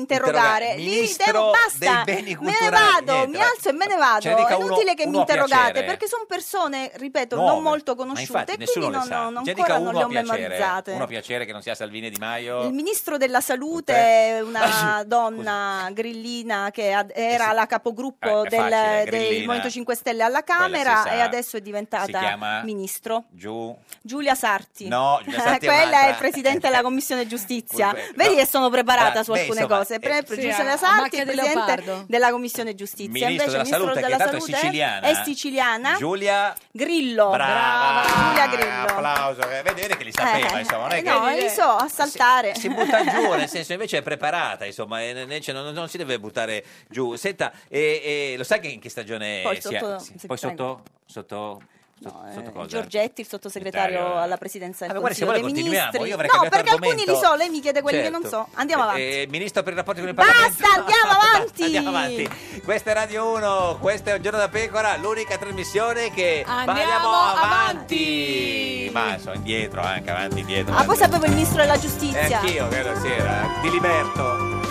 interrogare. Lì Ministro devo, dei basta, me beni ne culturali, vado, niente, mi vai. alzo e me ne vado. Ce ne dica È uno- inutile che mi uno a interrogate piacere. perché sono persone, ripeto, Nuove. non molto Ma conosciute infatti, e nessuno quindi le non, sa. non- Ce ne ancora dica non uno le a ho piacere, memorizzate. Uno a piacere che non sia Salvini Di Maio. Il ministro della salute Tutte. è una donna grillina che ad- era la capogruppo Eh, è del, facile, del grillina. Movimento 5 Stelle alla Quella si Camera sa. e adesso è Si diventata chiama- ministro. Giù. Giulia Sarti. No, Giulia Sarti è Quella è, un'altra. il presidente della Commissione Giustizia. Quel- Vedi che sono preparata Guarda, su beh, alcune insomma, cose. Pre- eh, Sì, Giulia a Sarti macchia è di leopardo. presidente della Commissione Giustizia. Ministro Invece della il ministro Salute, che della tanto è Salute siciliana. eh. è siciliana. Giulia. Grillo. Brava. Giulia Grillo. Applauso. Eh, Vedi, vedi che li sapeva, Eh, insomma. Non è che... No, li so, a saltare. si butta giù, nel senso invece è preparata, insomma, e ne- cioè, non, non si deve buttare giù. Senta, e, e lo sai che in che stagione Poi sia? sotto- Sì, sì, Poi prego. sotto, sotto Sotto- eh, sotto cosa? Giorgetti, il sottosegretario Segretario, eh. alla presidenza del Ma guarda, se Consiglio vuole dei continuiamo, Ministri. io avrei no, cambiato perché alcuni li argomento. so, lei mi chiede quelli che non Certo. so. Andiamo avanti. Eh, ministro per i rapporti con il Parlamento. Basta, andiamo avanti. Andiamo avanti. Questa è Radio 1, questo è Un giorno da pecora, l'unica trasmissione che Andiamo ma andiamo avanti. Ma sono indietro eh, anche, avanti, indietro. Ah, poi sapevo il ministro della Eh, giustizia. anch'io, credo sera, eh, di liberto.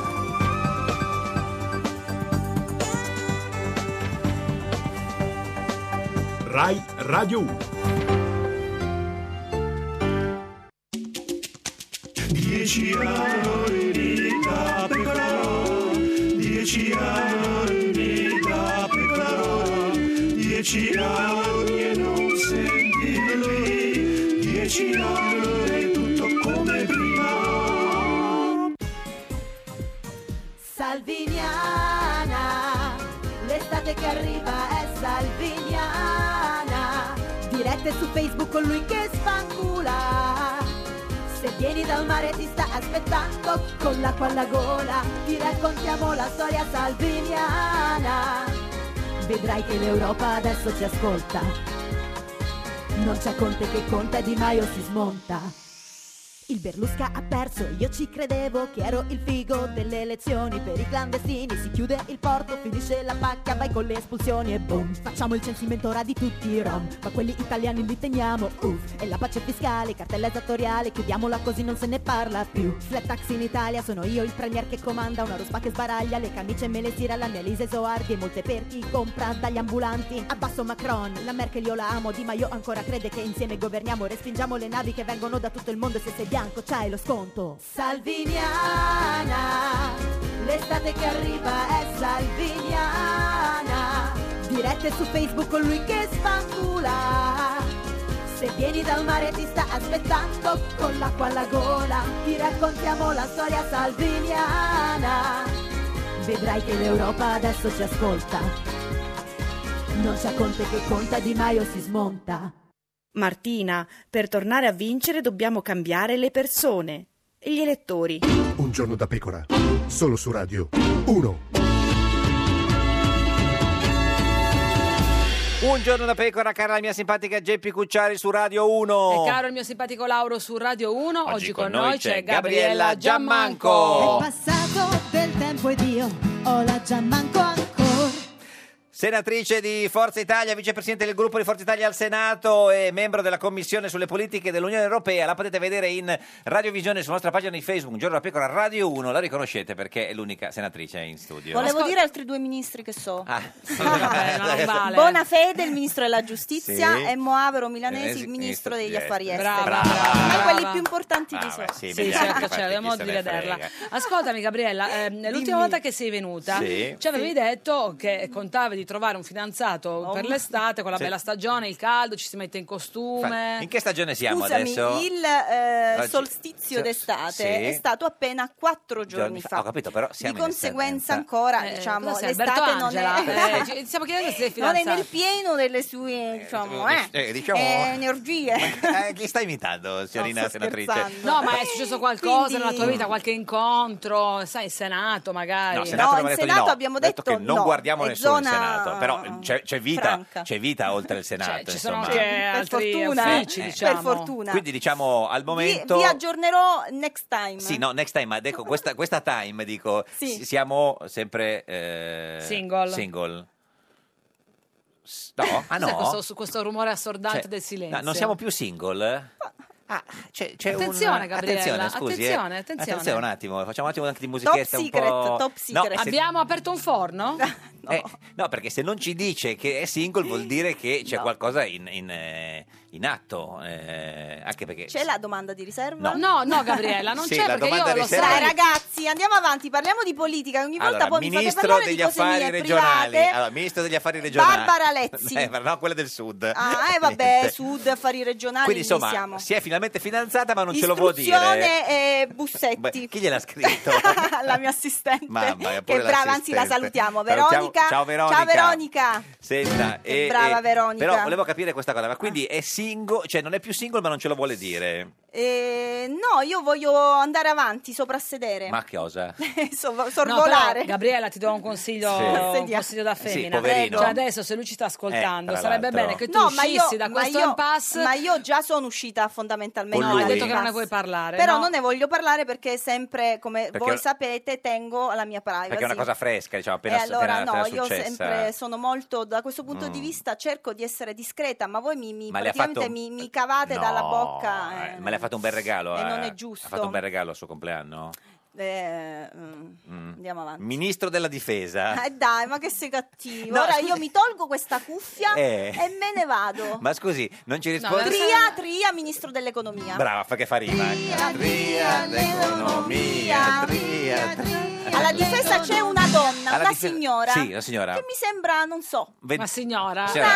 Rai Radio 1. Dieci anni da pecora, dieci anni da pecora, dieci anni e non sentirli, dieci anni tutto come prima. Salviniana, l'estate che arriva è Salviniana. Dirette su Facebook con lui che spangula. Se vieni dal mare ti sta aspettando con l'acqua alla gola. Ti raccontiamo la storia salviniana. Vedrai che l'Europa adesso ci ascolta. Non c'è Conte che conta e Di Maio si smonta. Il Berlusca ha perso, io ci credevo che ero il figo delle elezioni per i clandestini, si chiude il porto, finisce la pacca, vai con le espulsioni e boom, facciamo il censimento ora di tutti i rom, ma quelli italiani li teniamo, uff, e la pace fiscale, cartella esattoriale, chiudiamola così non se ne parla più. Flat tax in Italia, sono io il premier che comanda, una ruspa che sbaraglia, le camicie me le tira, la mia Elise Soardi e molte per chi compra dagli ambulanti. Abbasso Macron, la Merkel io la amo, Di Maio ancora crede che insieme governiamo, respingiamo le navi che vengono da tutto il mondo e se sei bianco c'hai lo sconto. Salviniana, l'estate che arriva è Salviniana, dirette su Facebook con lui che spangula. Se vieni dal mare ti sta aspettando con l'acqua alla gola, ti raccontiamo la storia salviniana. Vedrai che l'Europa adesso ci ascolta. Non c'è Conte che conta, Di Maio si smonta. Martina, per tornare a vincere dobbiamo cambiare le persone, gli elettori. Un giorno da pecora, solo su Radio 1. Un giorno da pecora, cara la mia simpatica Geppi Cucciari su Radio 1. E Eh, caro il mio simpatico Lauro su Radio 1, oggi, con noi c'è Gabriella È Giammanco. passato del tempo ed io ho la Giammanco ancora. Senatrice di Forza Italia, vicepresidente del gruppo di Forza Italia al Senato e membro della Commissione sulle politiche dell'Unione Europea, la potete vedere in radiovisione sulla nostra pagina di Facebook, un giorno da pecora Radio 1, la riconoscete perché è l'unica senatrice in studio. Volevo dire altri due ministri che so. Ah, sì. Bonafede, il ministro della giustizia, Sì. e Moavero Milanesi, Milanesi, il ministro degli ministro affari degli esteri. esteri. Brava, brava, Ma quelli brava. più importanti di so. sì, Sì, beh, certo, infatti, cioè, abbiamo chi modo se di ne vederla. frega. Eh, Ascoltami Gabriella, ehm, l'ultima volta che sei venuta Sì. ci avevi detto che contavi di trovare un fidanzato Oh. per l'estate con la Sì. bella stagione, il caldo, ci si mette in costume. Fa- In che stagione siamo Scusami, adesso? il eh, Oggi- solstizio sì. d'estate Sì. è stato appena quattro giorni Giorni fa. Ho capito, però siamo di in conseguenza estate. ancora Eh, diciamo cosa sei, l'estate Alberto non Angela? è, Eh, ci- stiamo chiedendo se sei non è fidanzato. nel pieno delle sue diciamo, eh, eh, diciamo- eh, energie Eh, chi sta imitando, signorina sto senatrice? scherzando. No, ma è successo qualcosa Quindi- nella tua vita, qualche incontro, sai, in Senato magari. No, Senato abbiamo detto di no. abbiamo detto, detto che non no, guardiamo è nessuno il zona- Senato, però c'è, c'è vita, franca. c'è vita oltre il Senato. ci sono insomma. anche Per Eh, altri fortuna, uffici, Eh, diciamo. per fortuna Quindi diciamo al vi, momento... vi aggiornerò next time Sì, no, next time, ma ecco, questa, questa time dico, Sì. si- siamo sempre... eh, Single. Single. S- No? Ah Cos'è no? questo, su questo rumore assordante Cioè, del silenzio? no, non siamo più single? Ah, c'è un- attenzione, Gabriella. Attenzione, scusi, eh. attenzione, attenzione. un attimo, facciamo un attimo anche di musichetta un secret, po'... top secret. No, se- Abbiamo aperto un forno? eh, no, perché se non ci dice che è single vuol dire che c'è qualcosa in, in, eh, in atto, eh, anche perché... c'è la domanda di riserva? No, no, Gabriella, non Sì, c'è la perché io domanda lo riserva- Dai sai. ragazzi, andiamo avanti, parliamo di politica. Ogni volta Allora, poi mi fate ministro parlare degli di cose affari mie regionali, private. allora, ministro degli affari regionali. Barbara Lezzi. Eh, no, quella del sud. Ah, e Niente. vabbè, sud, affari regionali, Quindi lì insomma, siamo. si è finalmente fidanzata, ma non ce lo vuol dire. eh. Istruzione e Bussetti, Beh, chi gliel'ha scritto? la mia assistente. Mamma, è Che pure brava, anzi la l'assistente. salutiamo. Salutiamo- Veronica. ciao Veronica. Ciao Veronica. Senta, eh, brava Veronica. Ah. Però volevo capire questa cosa, ma quindi è single, cioè non è più single, ma non ce lo vuole dire. Eh, no, io voglio andare avanti, soprassedere, Ma che cosa? Sov- No, però, sorvolare. Gabriella, ti do un consiglio, Sì. un Assediamo. consiglio da Sì, femmina. poverino. Cioè, adesso, se lui ci sta ascoltando, Eh, tra sarebbe l'altro. bene che tu uscissi da questo ma io, impasse. ma io già sono uscita fondamentalmente Con lui. dal Ha detto che non ne impasse. vuoi parlare, però no? non ne voglio parlare perché sempre come Perché voi è- sapete tengo la mia privacy Perché è una cosa fresca, diciamo, e appena, Eh, allora appena- no, appena io successa. eh. sempre sono molto, da questo punto di Mm. vista cerco di essere discreta, ma voi mi, mi- Ma le ha praticamente fatto- mi, mi cavate No, dalla bocca. eh, ma le ha fatto un bel regalo. e eh? non è giusto. Ha fatto un bel regalo al suo compleanno. Eh, mm, Mm. Andiamo avanti. Ministro della difesa. Eh dai, ma che sei cattivo. No, Ora io mi tolgo questa cuffia Eh. e me ne vado. Ma scusi, non ci risponde. Tria, Tria, ministro dell'economia. Brava, fa che fa rima. Tria, l'economia, tria, tria. Alla difesa c'è una donna, Alla una difesa- signora. Sì, la signora. Che mi sembra, non so. Ve- Una signora. Signora.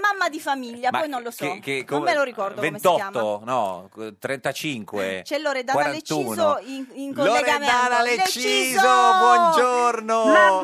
mamma di famiglia, poi non lo so. Che- che- non come- me lo ricordo come si 28, chiama. Eh, no, 35. C'è Loredana 41. Leciso in, in collegamento. Loredana Leciso, Ah, buongiorno. Ma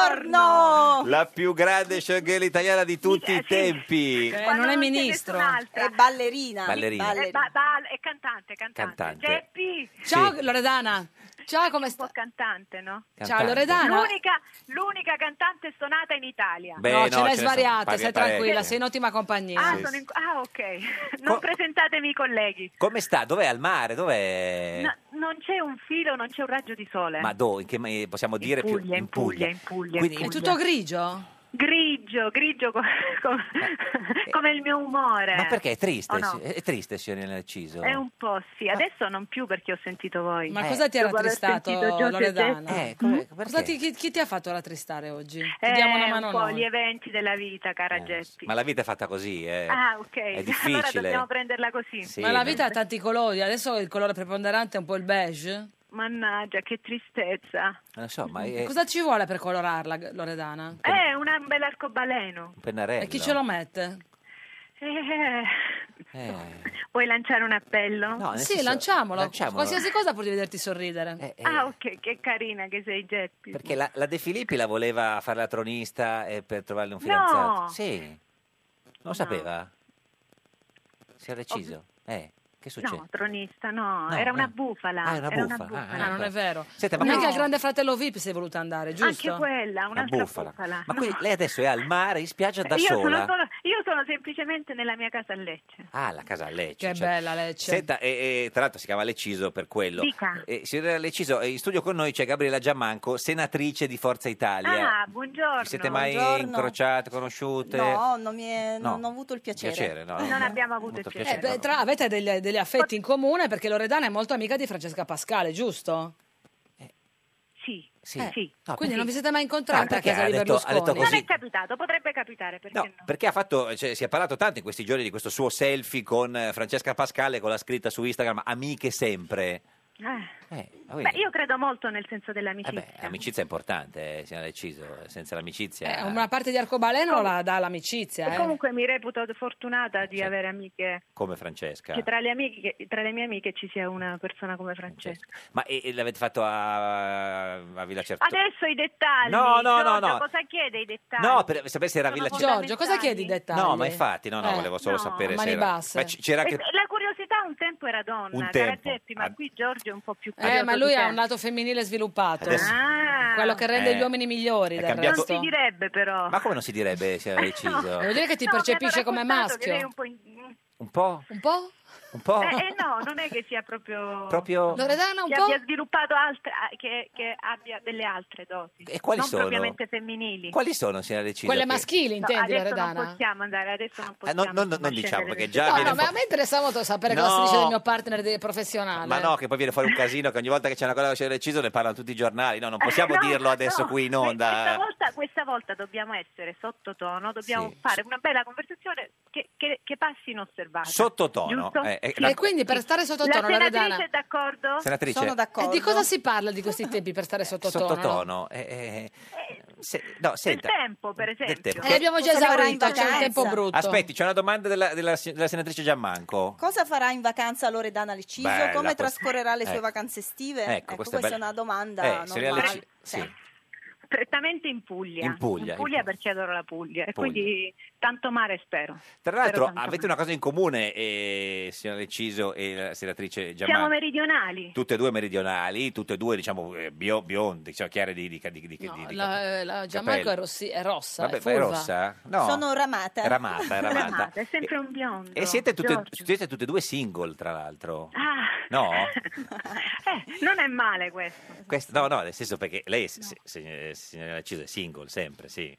buongiorno. La più grande showgirl italiana di tutti i tempi. Eh, non è ministro. È ballerina. Ballerina. Eh, ba- ba- è cantante, cantante. Cantante. Geppi. Ciao, Sì. Loredana. Ciao, come sta? cantante, no? Ciao, Loredana. L'unica, l'unica cantante stonata in Italia. Beh, no, no, ce l'hai ce ne sono svariata, pare- stai parecchie. tranquilla, sei in ottima compagnia. Ah, Sì, sono sì. in- ah, ok. Non presentatemi i colleghi. Come sta? Dov'è? Al mare? Dov'è? No, non c'è un filo, non c'è un raggio di sole. Eh. Ma dove? In che ma- possiamo dire più- Puglia, in Puglia, in Puglia. Quindi- in È Puglia. tutto grigio? Grigio, grigio co- co- come il mio umore. Eh. Ma perché è triste? Eh, O no? È è triste, signorina Leciso. È un Eh, po' sì, adesso non più perché ho sentito voi. Ma cosa ti ha Dopo aver rattristato, sentito Giorgio Mm-hmm. e Eh, Loredana? Giuseppe. ecco, Cosa ti- chi, chi ti ha fatto rattristare oggi? Ti Eh, diamo una mano un po' noi. gli eventi della vita, cara Geppi. Ma la vita è fatta così, eh. Ah, ok. È Allora difficile. dobbiamo prenderla così. Sì, Ma la non- vita ha tanti colori, adesso il colore preponderante è un po' il beige. Mannaggia, che tristezza. Non so, ma è Cosa ci vuole per colorarla, Loredana? Eh, una- un bel arcobaleno. un pennarello. E chi ce lo mette? Eh, Eh, vuoi lanciare un appello? No, nel sì, senso- lanciamolo. lanciamolo. Qualsiasi cosa pur di vederti sorridere. Eh, Ah, ok, che carina che sei Geppi. perché la, la De Filippi la voleva fare la tronista eh, per trovarle un No. fidanzato. Sì. Non lo sapeva? Si è reciso. Eh, che succede? No, tronista, no, No, era no. una bufala. Ah, è una era bufala. Ah, Ah, non è vero. Senta, ma ma anche quindi- al grande fratello VIP sei voluta andare, giusto? Anche quella, Una un'altra bufala. Ma quindi lei adesso è al mare in spiaggia da io, sola. Sono solo- io sono semplicemente nella mia casa a Lecce. Ah, la casa a Lecce. Che bella Lecce. Senta, e, e, tra l'altro si chiama Leciso per quello. Dica. Eh, signora Leciso, eh, in studio con noi c'è Gabriela Giammanco, senatrice di Forza Italia. Ah, buongiorno. Vi siete mai Buongiorno. incrociate, conosciute? No, non, mi è- No. non ho avuto il piacere. Piacere, no, Non abbiamo avuto il Eh, beh, tra- avete degli, degli affetti in comune perché Loredana è molto amica di Francesca Pascale, giusto? Sì, sì. Eh. No, Quindi perché- non vi siete mai incontrati Eh. No, a perché casa ha di detto- ha Berlusconi? detto così. Non è capitato, potrebbe capitare perché no. Perché ha fatto, cioè, si è parlato tanto in questi giorni di questo suo selfie con eh, Francesca Pascale con la scritta su Instagram Amiche sempre. Eh. Eh, ma Beh, quindi, io credo molto nel senso dell'amicizia. L'amicizia è importante, eh, signora Leciso, senza l'amicizia... oh. Eh, una parte di arcobaleno la dà l'amicizia. e eh. comunque mi reputo fortunata di avere amiche, Come Francesca. che tra le, amiche, tra le mie amiche ci sia una persona come Francesca. Ma e- e l'avete fatto a, a Villa Certosa? Adesso i dettagli. certo, No, no, no, Giorgio, no. Cosa chiede i dettagli? No, per sapere se era a Villa Certosa. Giorgio, cosa chiedi i dettagli? No, ma infatti, no, no, Eh, volevo solo no. sapere Mani se era... basse. Ma c- c'era Eh, anche... La curiosità un tempo era donna, Un cara tempo. Ah. Geppi, ma Ad- qui Giorgio è un po' più curioso Eh, ma lui di te. ha un lato femminile sviluppato. Adesso- Quello che rende Eh, gli uomini migliori, è del cambiato- resto. Ah. Non si direbbe però. Ma come non si direbbe se era deciso? Devo dire che ti No, mi hanno percepisce come raccontato che maschio. lei è un po' in- Un po'? Un po'? Un po'? Eh, eh, no, non è che sia proprio... Proprio- Loredana, un che po'? abbia sviluppato altre, ah, che, che abbia delle altre dosi. E quali non sono? propriamente femminili. Quali sono se era deciso? Quelle che- maschili, No, intendi, adesso Loredana? non possiamo andare, adesso non Eh, possiamo. no, no, no, non insomma, diciamo, scendere perché nel- già No, viene no, ma a fuori- me interessa molto sapere cosa si dice No. del mio partner de- professionale. Ma no, che poi viene fuori un casino che ogni volta che c'è una cosa che c'è deciso ne parlano tutti i giornali. No, Eh, non possiamo Eh, No, dirlo adesso no, qui in Questa onda. volta, questa volta dobbiamo essere sottotono, dobbiamo Sì. fare una bella conversazione che, che, che passi inosservata. Sottotono. Giusto? eh, eh, E quindi per stare sottotono, La senatrice Loredana... è d'accordo? Senatrice? Sono E Eh, di cosa si parla di questi tempi per stare sottotono? eh. Sottotono. eh, eh, se- no, senta. Del tempo, per esempio. Del tempo. Eh, abbiamo già Oh, Cosa farà in esaurito, c'è il vacanza? tempo brutto. Aspetti, c'è una domanda della, della- della senatrice Giammanco. Cosa farà in vacanza Loredana Leciso? Bella Come questa. trascorrerà le sue Ecco. vacanze estive? Ecco, questa è bella. una domanda Eh, se le normale. alle- sì. prettamente in Puglia. In Puglia, in Puglia. perché adoro la Puglia. E Puglia. quindi tanto mare spero. Tra l'altro Spero tanto avete una cosa in comune, eh, signora Leciso e la senatrice mare. Siamo Giammanco. meridionali. Tutte e due meridionali, tutte e due diciamo eh, bio- biondi, cioè chiare di, di, di, di- di- di- La, eh, la Gianmarco è, capello. rossi- è rossa. Vabbè, è ma è fulva. rossa? No. Sono ramata. È ramata, è ramata. Eh, È sempre un biondo. E siete tutte, Giorgio. siete tutte e due single, tra l'altro. Ah, No? eh, non è male questo. Questo- no, no, nel senso perché lei, se- se- se- eh, signora Leciso, è single sempre, sì.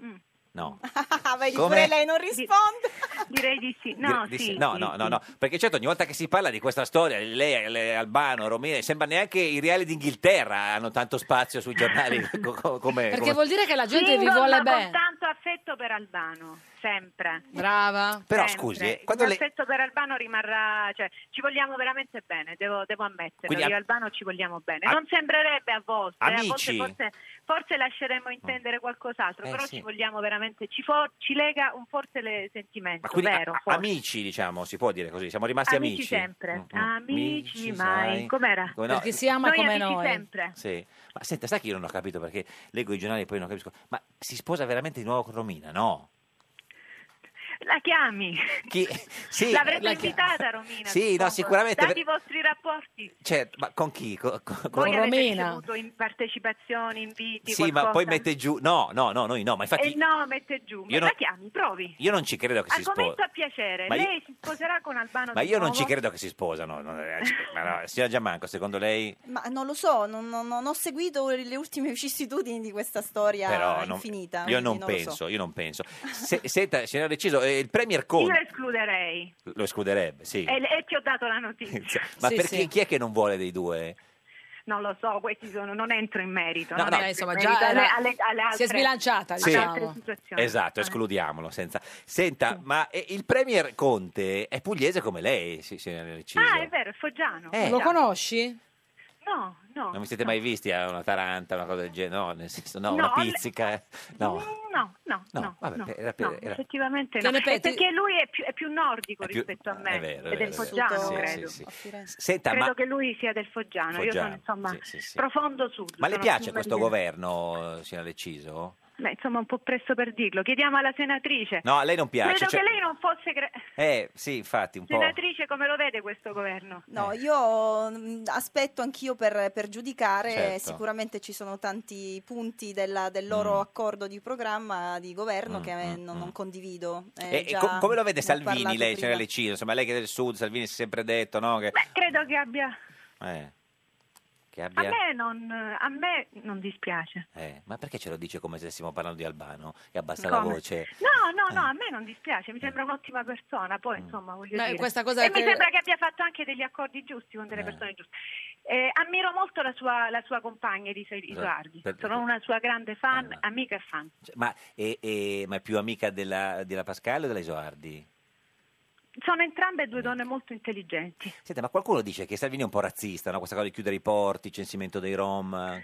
Mm. No. Ah, vedi, Come- pure lei non risponde. direi di sì. No, Di- di- sì, no, sì, no, sì. no, no, perché certo ogni volta che si parla di questa storia, lei, le- Albano, Romina, sembra neanche i reali d'Inghilterra hanno tanto spazio sui giornali co- co- come... Perché come- vuol dire che la gente vi Single, vuole ma bene. Con tanto affetto per Albano, sempre. Brava. Però Sempre. scusi, eh, quando Il lei- affetto per Albano rimarrà, cioè ci vogliamo veramente bene, devo, devo ammetterlo, Quindi, io e a- Albano ci vogliamo bene. a- Non sembrerebbe a volte, eh, a volte Amici? forse, forse lasceremmo intendere qualcos'altro, Eh, però sì. ci vogliamo veramente, ci, fo- ci lega un forte sentimento, Ma quindi a- vero? a- forte. amici, diciamo, si può dire così, siamo rimasti amici. Mm, sempre, amici Amici, mai, sai. com'era? Come no? Perché si ama Noi come amici noi. sempre. Sì. Ma senta, sai che io non ho capito perché leggo i giornali e poi non capisco. Ma si sposa veramente di nuovo con Romina? No. La chiami? Chi... Sì, L'avrete la chi- invitata Romina? Sì, no, suppongo. sicuramente, Dati per- i vostri rapporti. Certo, ma con chi? Co- co- Con, Voi avete Romina? ricevuto in partecipazioni, inviti, Sì, ma qualcosa? poi mette giù. No, no, no, noi no, ma infatti Eh no, mette giù. Ma io non- la chiami, provi. io non ci credo che si Argomento sposa. a piacere. Ma io- Lei si sposerà con Albano Ma di io non nuovo? ci credo che si sposano. no, no, eh, ci- ma no, signora Giammanco, secondo lei Ma non lo so, non, non- non ho seguito le ultime vicissitudini di questa storia però non- infinita. io quindi non, lo so. penso, io non penso. Se, senta, signora Deciso, eh, il Premier Io Conte escluderei. lo escluderebbe, sì. E, e ti ho dato la notizia. Cioè, Ma perché chi è che non vuole dei due? Non lo so, questi sono, non entro in merito. No, non no. entro Eh, insomma, in già merito era- alle- alle- alle si è altre- sbilanciata, diciamo. alle Sì. altre situazioni. Eh. Ah. Esatto, escludiamolo senza. Senta, ma eh, il Premier Conte è pugliese come lei, si- signora Deciso. Ah, è vero, è Foggiano. Eh. Lo No. conosci? No, no. Non vi siete mai visti a una taranta, una cosa del genere? No, nel senso, no, No, una le- pizzica. eh, No. No, no, No, no, vabbè, no, era per- no, era- effettivamente Te no. ne È pe- ti- perché lui è più, è più nordico È più- eh, rispetto a me, è vero, è ed è del vero, è Foggiano, vero. Sì, credo. sì, sì. Senta, credo ma- che lui sia del Foggiano, io sono Foggiano, insomma sì, sì, sì. profondo sud. Ma le sono piace più questo meridionale. governo, eh, signora Leciso? Beh, insomma un po' presto per dirlo, chiediamo alla senatrice. No, a lei non piace. credo cioè- che lei non fosse... cre- Eh, sì, infatti, un po'. Senatrice, come lo vede questo governo? Eh. No, io mh, aspetto anch'io per, per giudicare, Certo. sicuramente ci sono tanti punti della- del loro accordo di programma di governo Mm, che eh, mm, non, mm. non condivido. Eh, E- e già co- come lo vede ne ho parlato Salvini, lei, cioè, prima. signora Leciso? Insomma, lei che è del sud, Salvini si è sempre detto, no? Che, Beh, credo che abbia... eh, che A abbia... me non, a me non dispiace. Eh, ma perché ce lo dice come se stessimo parlando di Albano e abbassa la Come? voce? No, no, Eh. no, a me non dispiace, mi sembra un'ottima persona, poi Mm. insomma voglio Beh, dire. questa cosa e che- mi sembra che abbia fatto anche degli accordi giusti con delle Eh. persone giuste. Eh, ammiro molto la sua, la sua compagna di Eh, Isoardi, per- sono una sua grande fan, Ah. amica e fan. Cioè, ma, e- e- ma è più amica della, della Pascal o della Isoardi? Sono entrambe Mm. due donne molto intelligenti. Senta, ma qualcuno dice che Salvini è un po' razzista, no? Questa cosa di chiudere i porti, censimento dei Rom...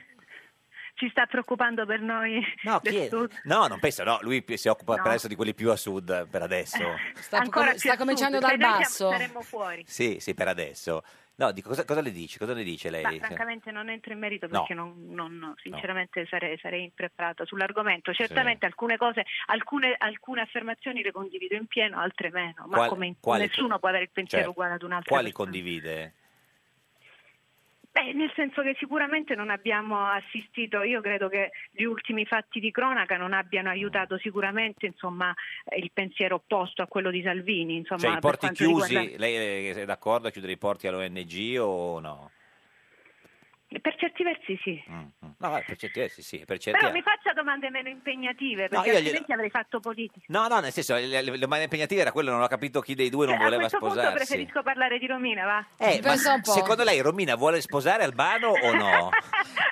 Ci sta preoccupando per noi No, del chi è? sud. no, non penso, no, lui pi- si occupa No. per adesso di quelli più a sud, per adesso. Sta, Ancora com- più sta a sud, cominciando dal perché noi basso. siamo- saremmo fuori. Sì, sì, per adesso. No, dico, cosa, cosa le dici? Cosa le dice lei? Ma francamente non entro in merito No. perché non, non- no, sinceramente sarei, sarei impreparata sull'argomento. Certamente Sì. alcune cose, alcune, alcune affermazioni le condivido in pieno, altre meno, ma Qual- come quali- nessuno può avere il pensiero certo. uguale ad un'altra Quali persona. condivide? Beh, nel senso che sicuramente non abbiamo assistito, io credo che gli ultimi fatti di cronaca non abbiano Mm. aiutato sicuramente insomma, eh, il pensiero opposto a quello di Salvini. Insomma, Cioè, i per porti quanto chiusi, riguarda- lei eh, è d'accordo a chiudere i porti all'ONG o no? Per certi versi sì. Mm, mm. No, vabbè, per certi versi sì, per certi Però mi altri- faccia domande meno impegnative, perché No, io glielo- altrimenti avrei fatto politica. No, no, nel senso, le, le, le mani impegnative era quello, non ho capito chi dei due non Cioè, voleva a questo punto sposarsi. preferisco parlare di Romina, va? Eh, ma secondo lei Romina vuole sposare Albano o no?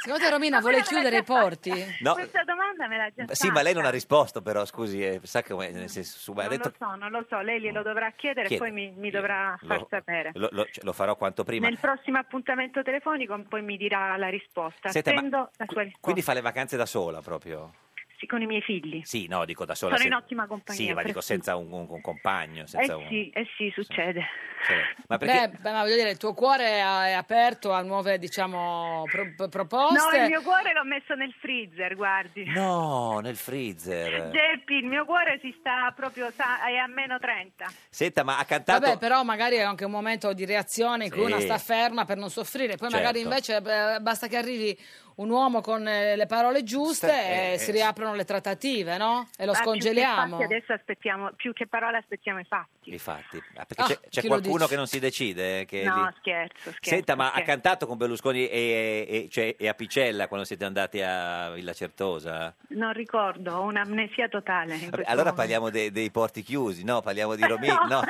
Secondo te Romina vuole chiudere i porti? No. Questa domanda me l'ha già fatta. Sì, ma lei non ha risposto però, scusi, eh, sa come, nel senso, su- ha Non detto... lo so, non lo so, lei glielo dovrà chiedere e Chiede. poi mi, mi dovrà far Lo- sapere. Lo, lo- cioè, lo farò quanto prima. Nel prossimo appuntamento telefonico poi mi dirà la risposta. Senta, ma Attendo la sua risposta. Quindi fa le vacanze da sola proprio? Sì, con i miei figli. Sì, no, dico da sola. Sono in se- ottima compagnia. Sì, ma per- dico senza un, un- un compagno. Eh Senza un... sì, eh sì, succede. se- Ma perché... Beh, beh, ma voglio dire, il tuo cuore è aperto a nuove, diciamo, pro- pro- No, proposte. il mio cuore l'ho messo nel freezer, guardi. No, nel freezer. Geppi, il mio cuore si sta proprio, sa- è a meno 30. Senta, ma ha cantato... Vabbè, però magari è anche un momento di reazione in cui Sì. una sta ferma per non soffrire, poi Certo. magari invece eh, basta che arrivi un uomo con eh, le parole giuste Sta- e eh, si eh, riaprono le trattative, no? E lo Ma Ah, più che scongeliamo. fatti adesso aspettiamo, più che parole aspettiamo i fatti. Infatti, ah, perché Ah, c'è, c'è chi lo qualcuno dice? che non si decide? eh, Che è no, lì- scherzo, scherzo. Senta, ma ha scherzo. cantato con Berlusconi e, e- cioè, e a Picella quando siete andati a Villa Certosa? Non ricordo, ho un'amnesia totale. in Vabbè, questo allora momento. parliamo de- dei porti chiusi, no? Parliamo di Romini, no?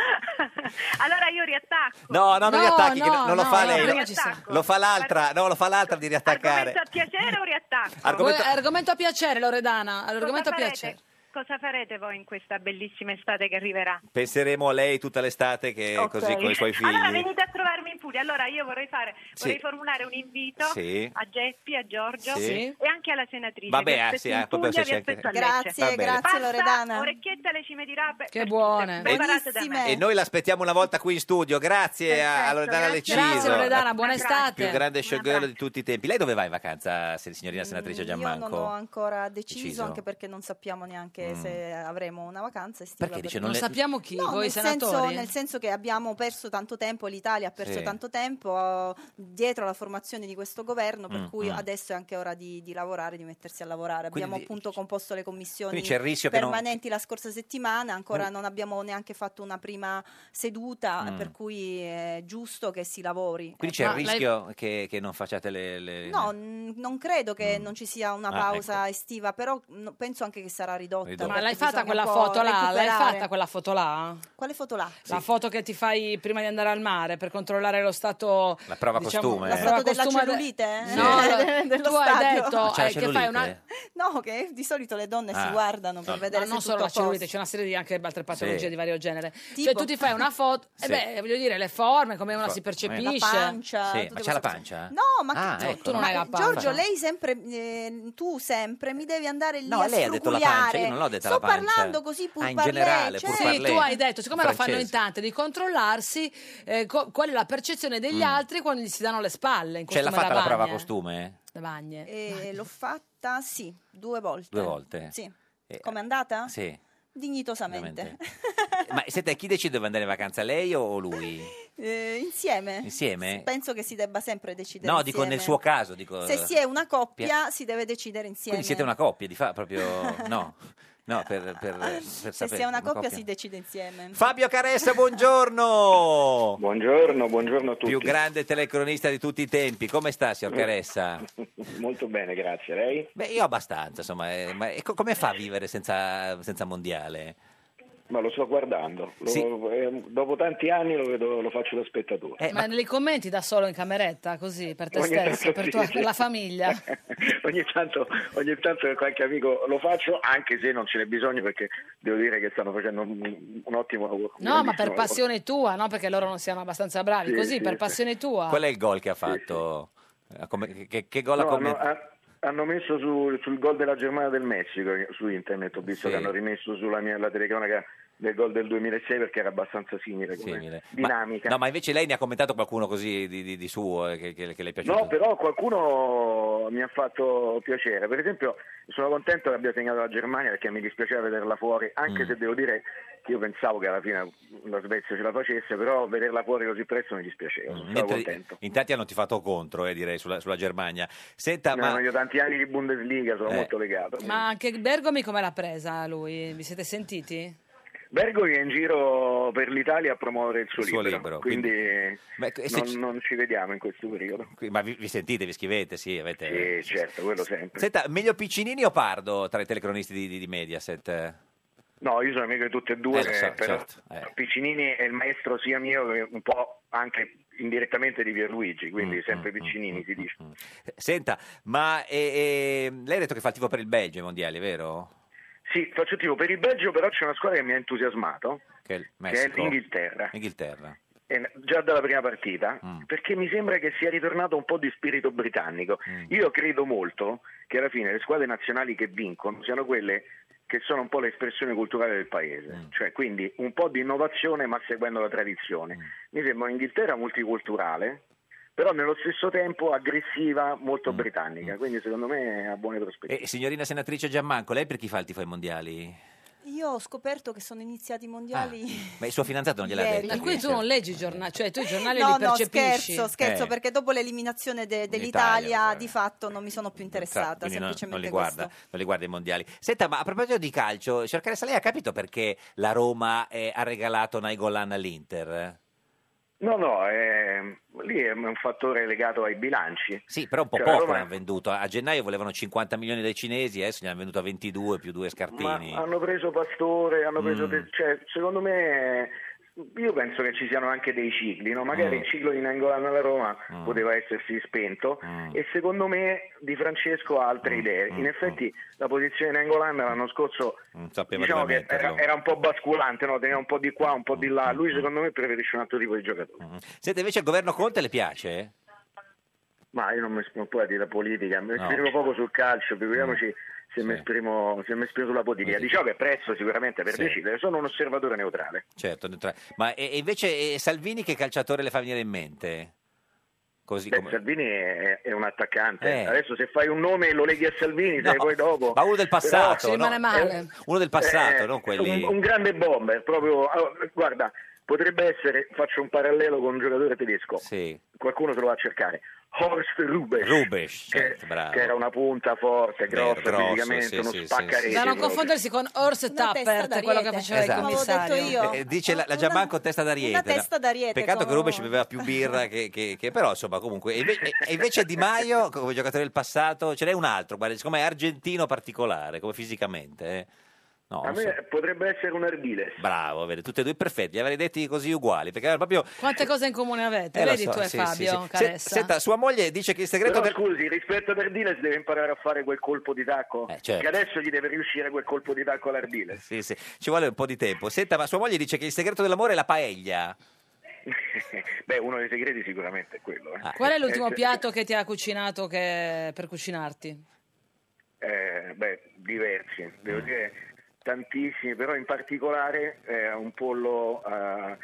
Allora io riattacco. No, no, non li attacchi, che non lo fa no, lei. non no. riattacco. Lo fa l'altra, no, lo fa l'altra di riattaccare. Argomento a piacere o riattacco? Argomento- Voi- argomento a piacere, Loredana. Argomento a farete? piacere. Cosa farete voi in questa bellissima estate che arriverà? Penseremo a lei tutta l'estate che Ok. così con i suoi figli. Allora venite a trovarmi in Puglia. Allora io vorrei, fare, Sì. vorrei formulare un invito Sì. a Geppi, a Giorgio Sì. e anche alla senatrice. Vabbè, Vi ah, aspetto sì, in ah, proprio Puglia, sì, vi anche- aspetto a Grazie, Lecce. Va bene. grazie, Passa Loredana. Orecchietta alle cime di rape. Eh, Che buone. Preparate da me. E noi l'aspettiamo una volta qui in studio. Grazie a Loredana Lecciso. Grazie Loredana, buona La estate. più grande showgirl di tutti i tempi. Lei dove va in vacanza, se- signorina senatrice Giammanco? Io non ho ancora deciso, Deciso. anche perché non sappiamo neanche Mm. se avremo una vacanza estiva. Perché dice, non Non le- sappiamo chi, No, voi nel senatori? Senso, nel senso che abbiamo perso tanto tempo, l'Italia ha perso Sì. tanto tempo eh, dietro alla formazione di questo governo, per Mm, cui mm. adesso è anche ora di, di lavorare, di mettersi a lavorare. Quindi Abbiamo di- appunto composto le commissioni quindi c'è il rischio che non- permanenti la scorsa settimana, ancora Mm. non abbiamo neanche fatto una prima seduta, Mm. per cui è giusto che si lavori. Quindi Ecco. c'è il rischio che, che non facciate le... le- No, n- non credo che non ci sia una Ah, pausa estiva, però no, penso anche che sarà ridotta. Ridotta. Ma perché l'hai fatta bisogna quella un po' foto là? L'hai recuperare. fatta quella foto là? Quale foto là? La foto che ti fai prima di andare al mare per controllare lo stato La prova diciamo, costume. la La prova foto della costume de- cellulite? No, Eh, no, de- dello tu hai stadio. detto c'è la eh, che fai una cellulite? No, che di solito le donne Ah, si guardano per no. vedere Ma non se solo la tutto a posto. cellulite, c'è una serie di anche altre patologie Sì. di vario genere. Tipo? Cioè tu ti fai una foto e Sì. beh, voglio dire le forme, come una Fo- si La percepisce. pancia, Sì, tutte ma queste c'ha la cose. pancia? No, ma Ah, che- ecco. cioè, eh. Tu non ma hai la pancia. Giorgio, lei sempre, eh, tu sempre mi devi andare lì No, a lei ha detto la pancia, io non l'ho l'ho detta Sto la pancia. parlando così pur Ah, in parlé, generale, cioè- pur Sì, parlé. tu hai detto, siccome lo fanno in Francese. tante, di controllarsi eh, co- qual è la percezione degli altri quando gli si danno le spalle in Cioè, Mm. l'ha costume fatta da la prova bagne. costume? Da bagne. Eh, l'ho fatta, sì, due volte. Due volte? Sì. Eh, Com'è andata? Sì. Dignitosamente. Ma senta, chi decide dove andare in vacanza, lei o- o lui? Eh, insieme. Insieme? Penso che si debba sempre decidere Eh. No, dico insieme. nel suo caso. Dico, Se si è una Pia- coppia, si deve decidere insieme. Quindi siete una coppia, di fa proprio... No, no per, per, per Se sapere, si è una coppia, si decide insieme. Fabio Caressa, buongiorno! Buongiorno, buongiorno a tutti. Mm. Più grande telecronista di tutti i tempi. Come sta, signor Caressa? Molto bene, grazie. Lei? Beh, io abbastanza, insomma. eh, ma e co- come fa a vivere senza, senza mondiale? Ma lo sto guardando. Lo- Sì. eh, dopo tanti anni lo, vedo- lo faccio da Eh, spettatore. ma, nei commenti da solo in cameretta, così, per te Ogni stesso, tanto per, sì, tua- sì. per la famiglia. ogni, tanto, ogni tanto qualche amico lo faccio, anche se non ce n'è bisogno perché devo dire che stanno facendo un, un ottimo lavoro. No, ma per grandissimo passione tua, no? Perché loro non siamo abbastanza bravi. Sì, Ah, Così, sì, per sì. passione tua. Qual è il gol che ha fatto? Eh, come- che, che gol ha lavoro. No, hanno, commentato? ha- hanno messo su- sul gol della Germania del Messico eh, su internet, ho visto Sì. che hanno rimesso sulla mia la telecronaca del gol del 2006 perché era abbastanza simile, come Simile. Ma- dinamica. no, ma invece lei ne ha commentato qualcuno così di, di- di suo eh, che, che- che le è piaciuto. No, però qualcuno mi ha fatto piacere. Per esempio, sono contento che abbia segnato la Germania perché mi dispiaceva vederla fuori, anche Mm. se devo dire che io pensavo che alla fine la Svezia ce la facesse, però vederla fuori così presto mi dispiaceva. Sono Mm, Mentre- contento. in tanti hanno tifato contro, eh, direi, sulla, sulla Germania. Senta, No, ma... no, io tanti anni di Bundesliga, sono Eh. molto legato. Ma anche Bergomi come l'ha presa lui? Vi siete sentiti? Bergomi è in giro per l'Italia a promuovere il suo, Il suo libro, libro, quindi, Ma e se non, ci- non ci vediamo in questo periodo. Qui- Ma vi, vi sentite, vi scrivete, sì, avete... Sì, certo, quello sempre. Senta, meglio Piccinini o Pardo tra i telecronisti di, di- di Mediaset? No, io sono amico di tutte e due, Eh, lo so, eh, però certo, eh. Piccinini è il maestro sia mio che un po' anche indirettamente di Pierluigi, quindi Mm, sempre mm, Piccinini si dice. Senta, ma eh, eh, lei ha detto che fa il tifo per il Belgio ai mondiali, vero? Sì, faccio tipo per il Belgio, però c'è una squadra che mi ha entusiasmato, Che è il che è Messico? l'Inghilterra. Inghilterra. eh, già dalla prima partita, Mm. perché mi sembra che sia ritornato un po' di spirito britannico. Mm. Io credo molto che alla fine le squadre nazionali che vincono siano quelle che sono un po' l'espressione culturale del paese, Mm. cioè quindi un po' di innovazione ma seguendo la Mm. tradizione. Mi sembra un'Inghilterra multiculturale, però nello stesso tempo aggressiva, molto Mm. britannica, quindi secondo me ha buone prospettive. E signorina senatrice Giammanco, lei per chi fa il tifo ai mondiali? Io ho scoperto che sono iniziati i mondiali Ma il suo fidanzato non gliel'ha Ieri. detto? Per Qui tu non leggi i giornali, cioè tu i giornali no, li no, percepisci. scherzo, scherzo, Eh. perché dopo l'eliminazione de- Dell'Italia, dell'Italia di fatto non mi sono più Sa- interessata, quindi non, non semplicemente li guarda, questo. non li guarda i mondiali. Senta, ma a proposito di calcio, signor Caressa, lei ha capito perché la Roma eh, ha regalato Naigolan all'Inter? No, no, eh, lì è un fattore legato ai bilanci. Sì, però un po' Cioè, la poco eh. Roma- l'hanno venduto. A gennaio volevano 50 milioni dai cinesi, adesso ne hanno venduto a 22 più due scartini. Ma hanno preso Pastore, hanno Mm. preso. Pe- cioè, secondo me. Io penso che ci siano anche dei cicli, no? magari Mm. il ciclo di Nangolano alla Roma poteva essersi spento Mm. e secondo me Di Francesco ha altre idee. In effetti la posizione di Nangolan l'anno scorso Non sapeva diciamo dove che era, Mm. metterlo. Mm. era un po' basculante, no? teneva un po' di qua, un po' di là. Lui secondo me preferisce un altro tipo di giocatore. Senta, invece il governo Conte le piace? Ma io non mi esprimo poi della politica, mi No. Mm. esprimo poco sul calcio, figuriamoci se, mi esprimo, se mi esprimo sulla politica. Diciamo che è prezzo sicuramente per Sì. decidere, sono un osservatore neutrale. Certo, ne tra- ma e, e invece eh, Salvini che calciatore le fa venire in mente? Così Beh, come... Salvini è, è un attaccante, Eh. adesso se fai un nome e lo leghi a Salvini, sai No, poi dopo... ma uno del passato, Però- Ci rimane no? male. Eh, Uno del passato, eh, non quelli- Un, un grande bomber, proprio... allora, guarda, potrebbe essere, faccio un parallelo con un giocatore tedesco, Sì. qualcuno se lo va a cercare, Horst Rubesch. Rubesch, certo, che, bravo. che era una punta forte, Vero, grossa grosso, fisicamente, sì, uno sì, sì, spaccarese. Da non proprio. confondersi con Horse Tappert, quello che faceva Esatto. il commissario. Eh, eh, dice la, la Giammanco testa d'ariete. una no? testa d'ariete Peccato sono- che Rubesch beveva più birra che, che- che- però insomma comunque. E inve- e invece Di Maio come giocatore del passato ce n'è un altro, guarda, siccome è argentino particolare, come fisicamente. eh. No, A non so. me potrebbe essere un Ardiles. Bravo, vedi, tutti e due perfetti, li avrei detti così uguali, perché era proprio... Quante cose in comune avete? Eh, lo Vedi so, tu e sì, Fabio sì, sì. Caressa. Se- senta, sua moglie dice che il segreto Però per... scusi, rispetto ad Ardiles deve imparare a fare quel colpo di tacco. certo. Che adesso gli deve riuscire quel colpo di tacco all'Ardiles. Sì, sì, ci vuole un po' di tempo. Senta, ma sua moglie dice che il segreto dell'amore è la paella. Beh, uno dei segreti sicuramente è quello. Ah, eh. Qual ecco. è l'ultimo Eh, piatto che ti ha cucinato che- per cucinarti? eh, beh, diversi, Mm. devo dire tantissimi, però in particolare eh, un pollo eh,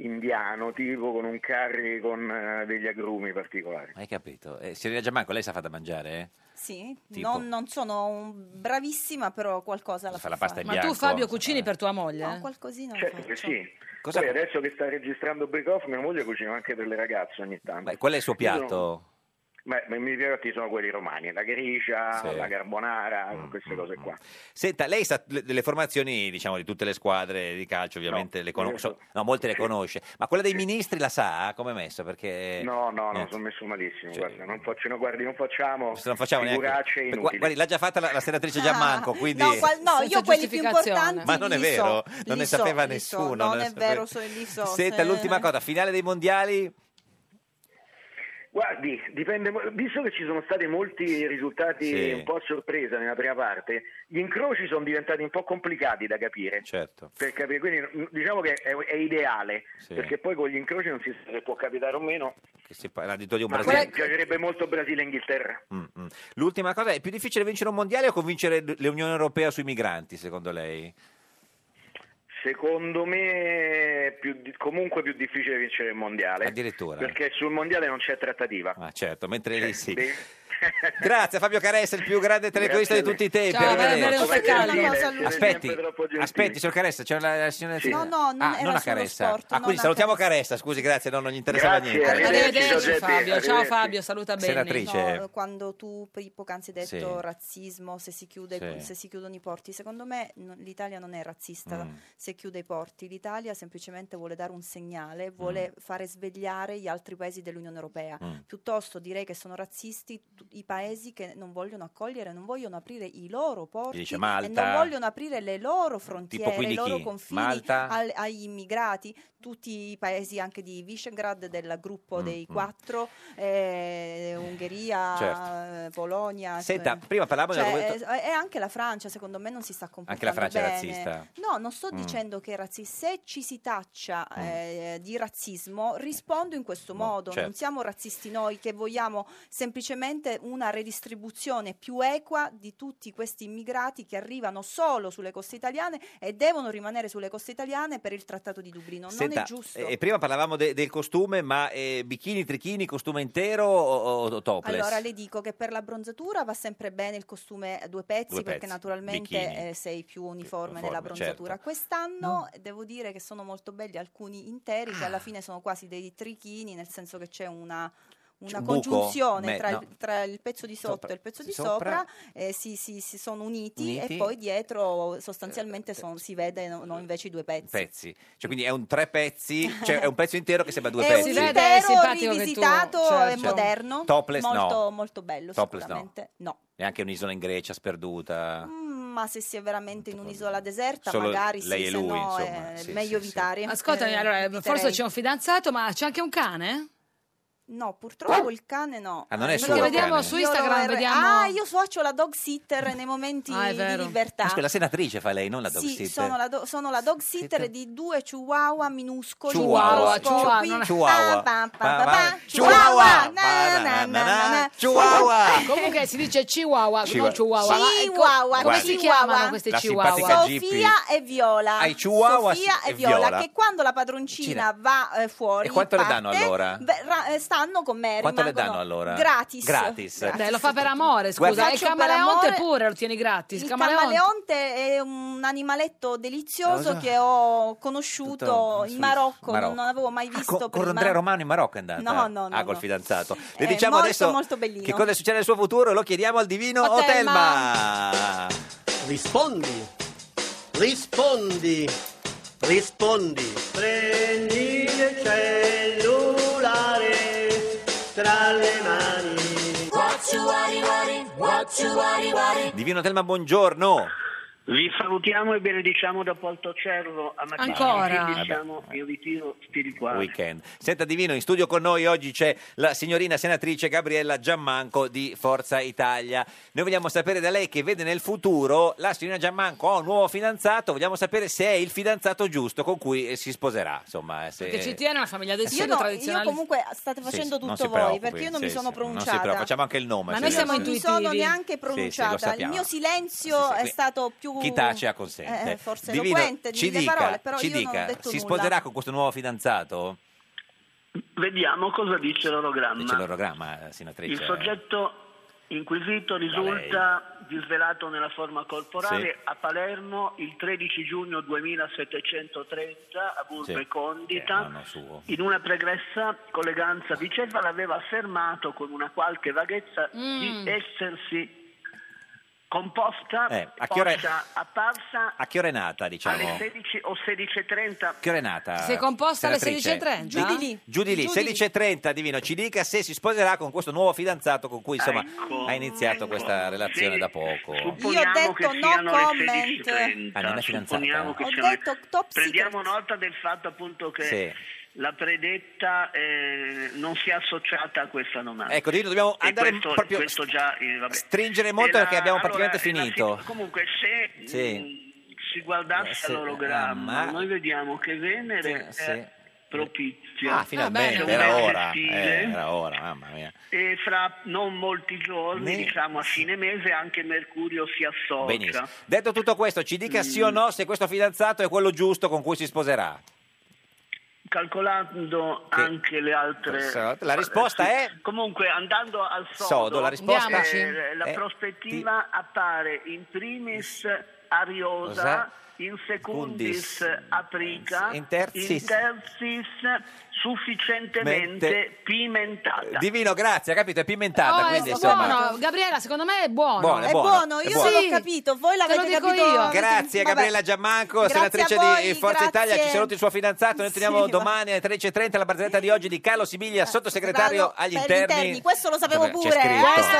indiano, tipo con un curry con eh, degli agrumi particolari. Hai capito? Eh, signorina Giammanco, lei sa fatta mangiare? eh? Sì, Tipo? non, non sono un- bravissima, però qualcosa la Fa so la fare. pasta Eh. in Ma bianco. tu Fabio cucini eh? per tua moglie? No, qualcosina la Certo faccio. che sì. Cosa- Poi adesso che sta registrando Break Off, mia moglie cucina anche per le ragazze ogni tanto. Eh, Qual è il suo Io sono- piatto? Beh, i miei piatti sono quelli romani, la gricia, Sì. Mm, la carbonara, queste cose qua. Senta, lei sa le, delle formazioni, diciamo, di tutte le squadre di calcio, ovviamente le conosce. io so- no, molte le conosce. Ma quella dei ministri la sa? Come è messo? Perché... No, no, no, Niente. sono messo malissimo, guarda, non faccio, no, guardi, non facciamo, Se non facciamo neanche... figuracce Perché, inutili. Guardi, l'ha già fatta la, la senatrice Giammanco, quindi... Ah, No, qual- no, io Senza quelli più giustificazione. importanti Ma non è li vero, so, non li ne so, sapeva li so. nessuno. Non ne è sapeva- vero, sono lì so. Senta, se- l'ultima cosa, finale dei mondiali, Guardi, dipende, mo- visto che ci sono stati molti risultati Sì. un po' a sorpresa nella prima parte, gli incroci sono diventati un po' complicati da capire. certo. Per capire, quindi mm, diciamo che è, è ideale, Sì. perché poi con gli incroci non si sa se può capitare o meno, Che si parla di di un ma Brasile. mi piacerebbe molto Brasile e Inghilterra. Mm, mm. L'ultima cosa, è più difficile vincere un mondiale o convincere l- l'Unione Europea sui migranti, secondo lei? Secondo me è più di- comunque più difficile vincere il mondiale. Addirittura. Perché sul mondiale non c'è trattativa. Ah, certo, mentre lì sì. Beh, Grazie Fabio Caressa, il più grande telecronista di Grazie a tutti i lei. tempi. Ciao, Arrivederci. Valerio, Come Peccato. dire, siete sempre Aspetti, troppo gentili. aspetti, signor Caressa, c'è la, la signora. Sì. No, no, non ah, era non la sullo Caressa. sport, ah, non quindi la salutiamo Caressa, scusi, grazie, no, non gli interessava Grazie, niente. Arrivederci Giuseppe, Fabio, ciao arrivederci. Fabio, saluta bene. Senatrice. No, eh, quando tu pri- poc'anzi hai detto Sì. razzismo, se si, chiude- Sì. se si chiudono i porti, secondo me no- l'Italia non è razzista Mm. se chiude i porti, l'Italia semplicemente vuole dare un segnale, vuole fare svegliare gli altri paesi dell'Unione Europea, Mm. piuttosto direi che sono razzisti tu- i paesi che non vogliono accogliere, non vogliono aprire i loro porti dice e Malta. non vogliono aprire le loro frontiere, qui di i loro chi? confini Malta? al- agli immigrati, tutti i paesi anche di Visegrad, del gruppo Mm, dei mm. quattro, eh, Ungheria, Certo. eh, Polonia. Senta, cioè- prima parlavamo di un cioè, argomento- eh, E anche la Francia, secondo me, non si sta comportando Anche la Francia è bene. razzista. No, non sto Mm. dicendo che è razzista. Se ci si taccia eh, di razzismo, rispondo in questo modo. certo. Non siamo razzisti noi che vogliamo semplicemente una redistribuzione più equa di tutti questi immigrati che arrivano solo sulle coste italiane e devono rimanere sulle coste italiane per il Trattato di Dublino. non Senta, è giusto. eh, prima parlavamo de- del costume, ma eh, bikini, trichini, costume intero o, o- o topless? Allora le dico che per l'abbronzatura va sempre bene il costume a due pezzi Due perché pezzi, naturalmente bikini. eh, sei più uniforme Uniforme, nell'abbronzatura. certo. Quest'anno devo dire che sono molto belli alcuni interi che alla fine sono quasi dei trichini nel senso che c'è una... Ah. C'è una un buco? congiunzione Me- tra, no. il, tra il pezzo di sotto Sopra- e il pezzo di sopra. sopra, eh, si, si- si sono uniti, Uniti. Eh, e poi dietro sostanzialmente son- si vedono invece i due pezzi. Pezzi. Cioè, quindi è un tre pezzi, cioè è un pezzo intero che sembra due è pezzi. un vede, è intero simpatico che tu- rivisitato e certo. moderno, Topless no. molto, molto bello Topless no. sicuramente. no. E anche un'isola in Grecia sperduta. Mm, Ma se si è veramente in un'isola deserta, Solo magari sì, lei e se lui, no insomma, è sì, meglio evitare. Ascoltami, Eh, allora, eviterei. forse c'è un fidanzato, ma c'è anche un cane? No, purtroppo il cane no. Ah, non è Eh, suo Perché il vediamo cane. su Instagram, io lo- vediamo... Ah, io faccio la dog sitter nei momenti Ah, è di vero. libertà. Ma scusa, la senatrice fa lei, non la dog sì, sitter. sono la, do- sono la dog sitter di due chihuahua minuscoli. Chihuahua, minuscoli. chihuahua, Qui- non è- Chihuahua. cioè, Pa, pa, pa, Pa, pa, Ah, pa. Chihuahua. Na, na, na, na, na. Chihuahua. Comunque si dice chihuahua, Chihuahua. non chihuahua. ma ecco, Chihuahua, come guardi. si Chihuahua. chiamano queste La chihuahua? simpatica Gippi. Sofia e Viola. Ai Chihuahua Sofia si- e e Viola, Viola. che quando la padroncina Cina. va eh, fuori E quanto le parte, danno allora? beh, ra- eh, stanno con me, Quanto le rimangono danno allora? Gratis. Gratis. Beh, lo fa per amore, scusa. Guarda- E il Faccio per camaleonte amore- pure lo tieni gratis. Il camaleonte. camaleonte è un animaletto delizioso Cosa? che ho conosciuto Tutto in sul- Marocco, Marocco. Ah, non avevo mai visto Co- con prima. Andrea Romano in Marocco è andata? No, no, no, Ah, col no. fidanzato. Le Eh, diciamo molto, adesso molto bellino. che cosa succede nel suo futuro, lo chiediamo al divino Otelma. Otelma. Rispondi, rispondi, rispondi. Prendi il cellulare tra le mani. Divino Otelma, buongiorno. Vi salutiamo e benediciamo da Poltocervo a Mattia. Ancora? Quindi siamo- io vi tiro spirituale. Weekend. Senta Divino, in studio con noi oggi c'è la signorina senatrice Gabriella Giammanco di Forza Italia. Noi vogliamo sapere da lei che vede nel futuro la signorina Giammanco ha un nuovo fidanzato, vogliamo sapere se è il fidanzato giusto con cui eh, si sposerà, insomma, eh, se- Perché ci tiene una famiglia del Io, sud no, io tradizionale. comunque state Sì, facendo sì, non si tutto voi preoccupi, perché io non sì, mi sono sì, non si pronunciata. preoccupi, facciamo anche il nome. Ma se noi lei- siamo se- non mi intuitivi. sono neanche Sì, sì, lo pronunciata. il sappiamo. mio silenzio Sì, sì, è qui- stato più Chi tace acconsente. eh, forse Divino, eloquente di ci mille dica, parole, però ci io non dica, ho detto si nulla. sposerà con questo nuovo fidanzato? Vediamo cosa dice l'orogramma. Dice l'orogramma, eh, senatrice. Il soggetto inquisito risulta disvelato nella forma corporale Sì. a Palermo il 13 giugno 2730 a Burbe Sì. Condita. Eh, no, Mm. no, suo. In una pregressa colleganza Vicefala aveva affermato con una qualche vaghezza Mm. di essersi composta, Eh, a che ora è- poscia, apparsa A che ora è nata, alle diciamo? 16 o 16.30 Che ora è nata? Si è composta alle senatrice? 16.30? Giù di lì. Giù Giù di di lì, lì. 16.30, Divino, ci dica se si sposerà con questo nuovo fidanzato con cui insomma Ecco, ha iniziato ecco, questa relazione sì. da Io poco. ho Supponiamo detto che no siano le comment. 16.30. Ah, non è fidanzata? Supponiamo che Ho siano le- detto top Prendiamo secret. nota del fatto appunto che Sì. la predetta eh, non si è associata a questa nomade. Ecco, Divino, dobbiamo E andare questo, proprio questo già, eh, vabbè. stringere molto E perché abbiamo allora, praticamente e la finito. fi- comunque se Sì. mh, si guardasse Eh, se- l'orogramma, ah, ma- noi vediamo che Venere Sì, è sì. propizia. Ah, finalmente, C'è un era mese ora, eh, stile. era ora, mamma mia. E fra non molti giorni, Ne- diciamo a fine mese, anche Mercurio si associa. Benissimo. Detto tutto questo, ci dica sì Mm. o no se questo fidanzato è quello giusto con cui si sposerà. Calcolando anche le altre. Eh, Eh, La risposta Sì. è- Comunque, andando al sodo, Sodo, la risposta eh, Andiamoci. la è- prospettiva appare in primis ariosa, Osa. in secundis Secundis. aprica, In terzis. in terzis sufficientemente Mente- pimentata. Divino, grazie, ha capito? È pimentata, Oh, è Ah, quindi insomma... buono, Gabriela, secondo me è buono. Buono, È buono, io buono. l'ho capito, voi Te lo l'avete dico capito io. avete- Grazie vabbè. Gabriella Giammanco, Grazie senatrice a voi, di Forza grazie. Italia. Ci saluti il suo fidanzato. Noi teniamo Sì, Ah, domani alle 13.30 la barzelletta di oggi di Carlo Sibiglia, sottosegretario Per agli gli interni. Questo lo sapevo Vabbè, c'è pure. eh. scritto. Questo-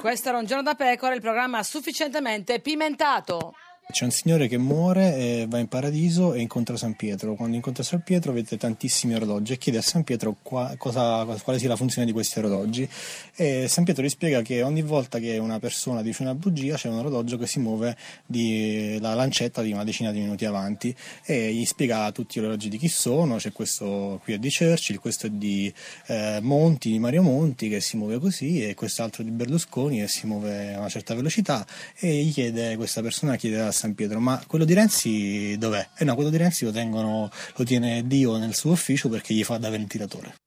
Questo era un giorno da pecora, il programma sufficientemente pimentato. C'è un signore che muore, eh, va in paradiso e incontra San Pietro. Quando incontra San Pietro vede tantissimi orologi e chiede a San Pietro qua- cosa- quale sia la funzione di questi orologi. E San Pietro gli spiega che ogni volta che una persona dice una bugia c'è un orologio che si muove di- la lancetta di una decina di minuti avanti e gli spiega tutti gli orologi di chi sono. C'è questo qui è di Churchill, questo è di eh, Monti, di Mario Monti che si muove così e quest'altro di Berlusconi che si muove a una certa velocità e gli chiede, questa persona chiede a San Pietro ma quello di Renzi dov'è? E no, quello di Renzi lo, tengono, lo tiene Dio nel suo ufficio perché gli fa da ventilatore.